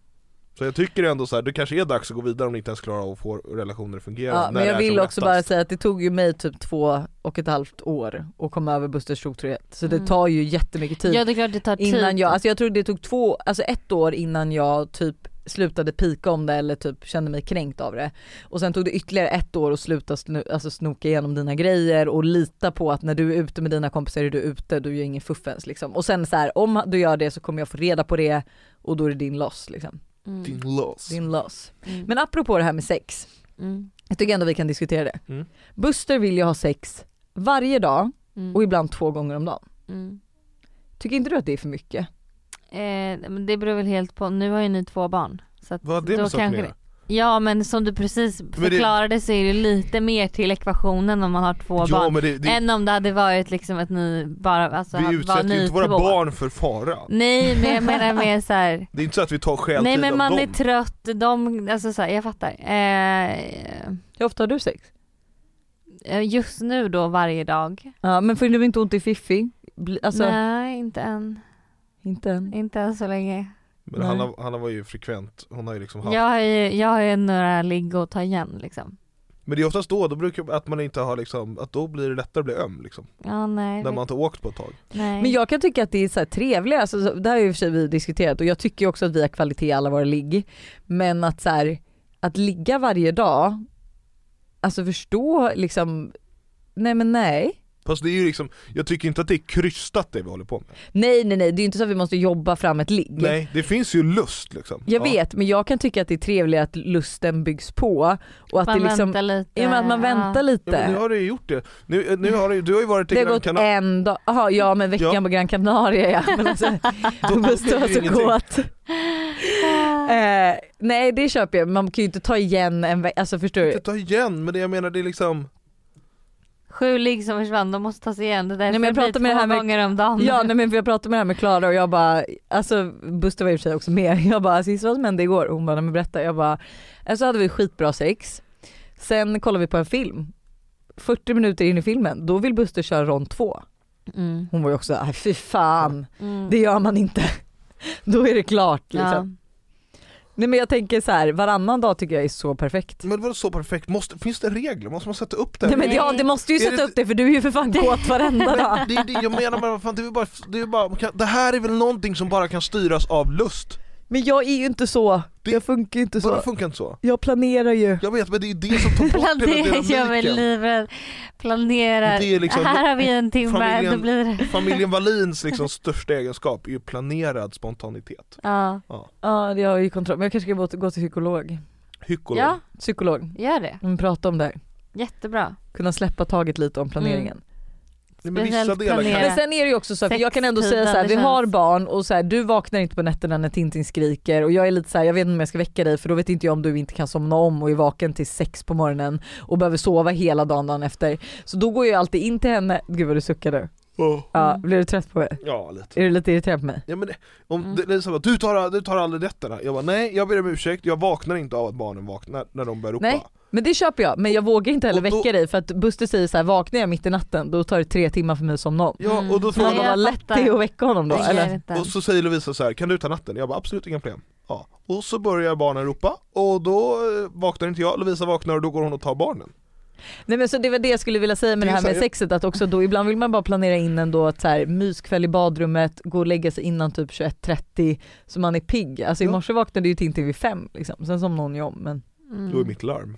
Så jag tycker ändå så här, det kanske är dags att gå vidare om ni inte ens klarar av att få relationer att fungera
Ja,
när
men
det
jag
är
vill
som
också
lättast.
bara säga att det tog ju mig typ två och ett halvt år att komma över Busters otrohet. Så det
Mm.
tar ju jättemycket tid.
Ja typ. det är klart det tar tid.
innan jag, alltså jag tror det tog två, alltså ett år innan jag typ slutade pika om det eller typ kände mig kränkt av det. Och sen tog det ytterligare ett år att sluta sno, alltså snoka igenom dina grejer och lita på att när du är ute med dina kompisar är du ute, du gör ingen fuffens liksom. Och sen så här, om du gör det så kommer jag få reda på det och då är det din loss liksom.
Mm.
Din loss
Din loss.
Mm.
Men apropå det här med sex.
Mm.
Jag tycker ändå vi kan diskutera det.
Mm.
Buster vill ju ha sex varje dag
Mm.
och ibland två gånger om dagen.
Mm.
Tycker inte du att det är för mycket?
Eh, men det beror väl helt på, nu har ju ni två barn. Så att
Vad har det
då
med saken att
kanske
göra?
Ja men som du precis
det-
förklarade så är det lite mer till ekvationen om man har två
Ja
barn.
men det, det,
Än om det hade varit liksom att ni bara, alltså att
vi
var
utsätter
ni
ju inte våra
två.
barn för fara
Nej men jag menar mer såhär
Det är inte så att vi tar skäl
Nej
tid
men
av
man
dem
är trött, de, alltså så här, jag fattar. Eh,
Hur ofta har du sex?
eh, just nu då varje dag.
Ja men får du inte ont i fiffi? Bli- Alltså
Nej inte än,
inte än.
inte än så länge.
Men
Nej.
Hanna, Hanna var ju frekvent, hon har ju liksom haft
Jag har ju, jag har ju några ligg att ta igen liksom.
Men det är oftast då, då brukar att man inte har liksom, att då blir det lättare att bli öm liksom
Ja nej.
När man inte har åkt på ett tag
nej.
Men jag kan tycka att det är så här trevligare, alltså, så- det här har ju i och för sig vi diskuterat och jag tycker ju också att vi har kvalitet i alla våra ligg. Men att så här, att ligga varje dag, alltså förstå liksom, nej men nej.
Fast det är ju liksom, jag tycker inte att det är krystat det vi håller på med
Nej nej nej, det är ju inte så att vi måste jobba fram ett ligg.
Nej, det finns ju lust liksom
Jag
Ja.
vet men jag kan tycka att det är trevligt att lusten byggs på och att
man
det liksom,
väntar lite.
ja, men att man väntar
Ja, men nu
lite.
har du ju gjort det, nu, nu har du, du har ju varit i
Det har
Gran
gått
Canaria
en dag, Jaha, ja men veckan
Ja.
på Gran Canaria ja. Men alltså,
Då- då
Gustav var
blir det ju
så kåt. Eh, nej det köper jag, man kan ju inte ta igen en vecka, alltså förstår
Jag
du?
kan ta igen, men det jag menar det är liksom
Sju ligg som försvann, de måste tas igen. Det där
Nej, men jag pratar med det här med-
gånger om dagen.
Ja nej, men för jag pratade med det här med Klara och jag bara, alltså Buster var i och för sig också med, jag bara alltså, gissa vad som hände igår? Och Hon bara nej men berätta, jag bara, alltså hade vi skitbra sex, sen kollade vi på en film, 40 minuter in i filmen, då vill Buster köra rond två.
Mm.
Hon var ju också såhär, fy fan,
Mm.
liksom. det gör man inte. Då är det klart liksom. Nej men jag tänker så här, varannan dag tycker jag är så perfekt.
Men vadå så perfekt? Måste, finns det regler? Måste man sätta upp det?
Nej men
Nej.
ja, det måste ju
Är
sätta
det-
upp det för du är ju för fan kåt varenda dag.
Men det är det jag menar bara, vad fan, det, är väl bara, det, är väl bara man kan, det här är väl någonting som bara kan styras av lust?
Men jag är ju inte så,
Det-
jag funkar ju inte
Vadå
så.
funkar inte så?
Jag planerar ju.
Jag vet men det är ju det som tar bort hela
Planera gör väl
dynamiken.
livet, planerar.
Det är liksom-
här har vi en timme, då
familjen-
blir det.
Familjen Wallins liksom största egenskap är ju planerad spontanitet.
Ja,
Ja, det har jag ju kontroll. Men jag kanske ska gå till- gå till psykolog.
Hyckolog.
ja
Psykolog.
gör det.
Mm, prata om det här.
Jättebra.
Kunna släppa taget lite om planeringen.
Nej, men vissa
speciellt
delar
planerad.
kan,
Men sen är det ju också så, för jag kan ändå
Sextiden,
säga så här,
det
vi
känns-
har barn och så här, du vaknar inte på nätterna när Tintin skriker och jag är lite så här, jag vet inte om jag ska väcka dig för då vet inte jag om du inte kan somna om och är vaken till sex på morgonen och behöver sova hela dagen, dagen efter. Så då går jag alltid in till henne, gud vad du suckar nu.
Åh,
Ja,
Mm.
blir du trött på mig?
ja lite.
Är du lite irriterad på mig?
Ja, men det, om
Mm.
det, det är så här, du, tar, du tar aldrig nätterna. Jag bara nej, jag ber om ursäkt, jag vaknar inte av att barnen vaknar när de börjar ropa.
Nej. Men det köper jag, men jag vågar inte heller
Och då-
väcka dig för att Buster säger så här, vaknar jag mitt i natten då tar det tre timmar för mig att somna om.
Ja, och
Mm.
då
Så
frågar man,
Nej,
man bara
jag
lätt
fattar.
det att väcka honom då
Det gör
eller?
inte.
och så säger Lovisa så här, kan du ta natten? Jag bara absolut inga problem. Ja. Och så börjar barnen ropa och då eh, vaknar inte jag, Lovisa vaknar och då går hon och tar barnen.
Nej men så det var det jag skulle vilja säga
Det
med det
är
här
så här,
med
jag-
sexet att också då ibland vill man bara planera in ändå att så här, myskväll i badrummet, gå och lägga sig innan typ 21.30 så man är pigg. Alltså i
Ja.
morse vaknade ju Tintin vid fem liksom, sen somnade hon ju om. Men
Mm.
Då är mitt larm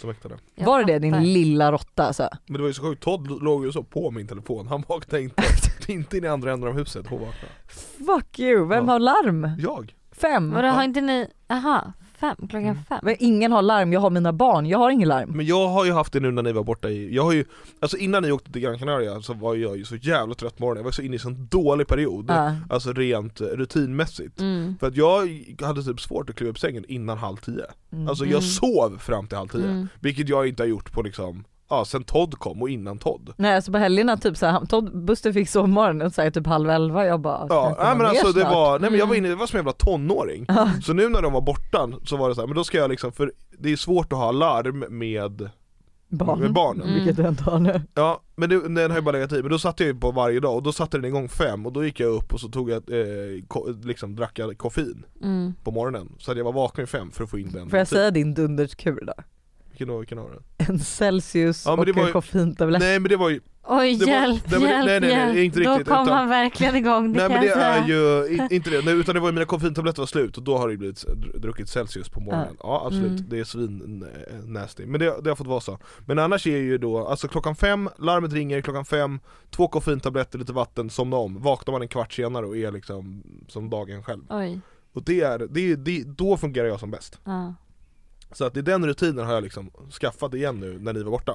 som väktade.
Jag
var det det
fattar.
din lilla råtta alltså?
Men det var ju så sjukt, Todd låg ju så på min telefon, han vaknade inte. inte in i andra änden av huset, hon vaknade.
Fuck you, vem
Ja.
har larm?
Jag?
Fem?
Vadå har
Ja.
inte ni, aha, fem, klockan
Mm.
fem?
Men ingen har larm, jag har mina barn, jag har ingen larm.
Men jag har ju haft det nu när ni var borta i, jag har ju, alltså innan ni åkte till Gran Canaria så var jag ju så jävla trött på morgonen, jag var så inne i en sån dålig period,
Ja.
alltså rent eh, rutinmässigt.
Mm.
För att jag hade typ svårt att kliva upp sängen innan halv tio.
Mm.
Alltså
Mm.
jag sov fram till halv tio,
Mm.
vilket jag inte har gjort på liksom, ja sen Todd kom och innan Todd.
Nej alltså på helgerna typ såhär, han- Todd, Buster fick sovmorgon såhär, typ halv elva, jag bara "Kan
Ja,
jag komma
nej, men
ner
alltså det
snart?"
var, nej men jag var
Mm.
inne, det var som en jävla tonåring.
Ja.
Så nu när de var borta så var det så här, men då ska jag liksom, för det är svårt att ha larm med,
barn.
med barnen.
Mm.
Vilket du inte har nu.
Ja, men det, den har ju bara legat i, men då satte jag ju på varje dag och då satte den igång fem och då gick jag upp och så tog jag, eh, ko- liksom drack jag koffein
Mm.
på morgonen. Så att jag var vaken i fem för att få in den.
Får jag
tid.
säga din dunderskur då?
Vilken dag, vilken dag var det?
En Celsius
Ja, men
och
det var
en
ju-
koffeintablett.
Nej men det var ju,
Oj
Det var-
hjälp,
nej, men det-
hjälp,
nej, nej, nej,
hjälp.
inte
Då
riktigt,
kom
utan-
man verkligen igång, det
nej men
kan
det
jag säga.
är ju, i- inte det, nej, utan det var ju mina koffeintabletter var slut och då har det ju blivit, eh, druckit Celsius på morgonen. Ja absolut,
Mm.
det är svin eh, nasty. Men det, det har fått vara så. Men annars är ju då, alltså klockan fem, larmet ringer klockan fem, två koffeintabletter, lite vatten, somna om. Vaknar man en kvart senare och är liksom som dagen själv.
Oj,
Och det är, det är, det, då fungerar jag som bäst.
ja.
Så att i den rutinen har jag liksom skaffat igen nu när ni var borta.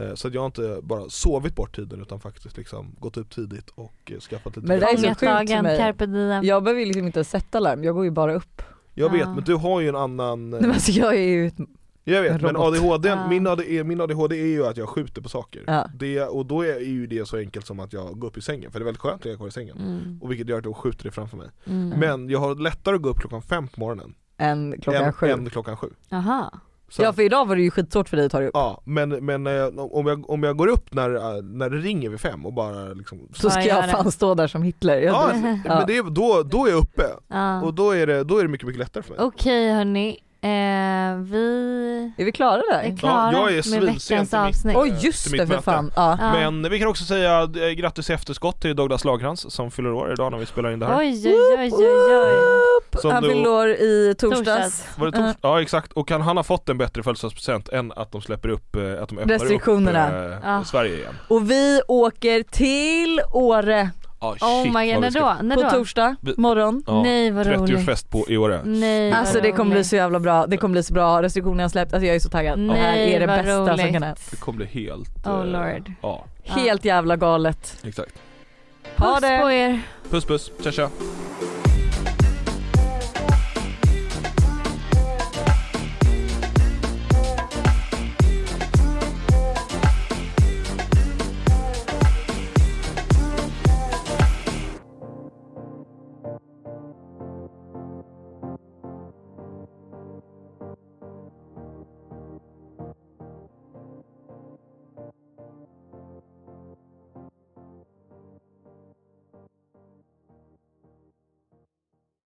Eh, Så att jag har inte bara sovit bort tiden utan faktiskt liksom gått upp tidigt och eh, skaffat lite
Men det där är så
bättre.
sjukt för
Ångestdagen,
mig.
carpe diem.
Jag behöver ju liksom inte sätta larm, jag går ju bara upp.
Jag vet
Ja.
men du har ju en annan, eh,
Nej, men alltså jag är ju ett...
jag vet
en
men
robot.
ADHD,
Ja.
min, ADHD, min ADHD är ju att jag skjuter på saker.
Ja.
Det, och då är ju det så enkelt som att jag går upp i sängen, för det är väldigt skönt att jag går i sängen.
Mm.
Och vilket gör att jag skjuter det framför mig.
Mm.
Men jag har lättare att gå upp klockan fem på morgonen
En klockan
än,
sju.
än klockan sju.
Aha.
Så
Ja för idag var det ju skitsvårt för dig att ta dig upp.
Ja, men, men eh, om, jag, om jag går upp när, eh, när det ringer vid fem och bara liksom
Så ska
Ja, jag
jag
gör
fan
det.
stå där som Hitler. Jag,
Ja,
Ja.
men det, är- då, då är jag uppe
Ja.
och då är det, då är det mycket, mycket lättare för mig.
Okej hörni, eh, vi
Är vi klara
är
där?
klara
jag är
med
svinsent i
veckans
mitt-
avsnitt.
Oj
eh,
just
till mitt
det för
möte.
fan. Ja.
Ja.
Men vi kan också säga eh, grattis i efterskott till Douglas Lagerhans som fyller år idag när vi spelar in det här.
Oj, oj, oj, oj, oj.
Som
Han
då-
fyllde år i torsdags.
Torsdags.
Var det tors- ja exakt, och kan han ha fått en bättre födelsedagspresent än att de släpper upp, eh, att de öppnar
Restriktionerna.
upp eh,
Ah.
Sverige igen?
Och vi åker till Åre
Ah,
Oh my god, när då? När
på
då?
torsdag
Vi-
morgon.
Nej vad roligt.
30-årsfest på i Åre.
Nej vad
Alltså det kommer bli
roligt.
så jävla bra, det kommer bli så bra, restriktionerna har släppt, alltså jag är så taggad.
Nej,
det här är det
vad
bästa som
roligt.
kan hända.
Det kommer bli helt...
Oh
eh,
lord.
Ja,
Helt jävla galet.
exakt.
Ha
Puss
det!
på er.
Puss puss, tja tja.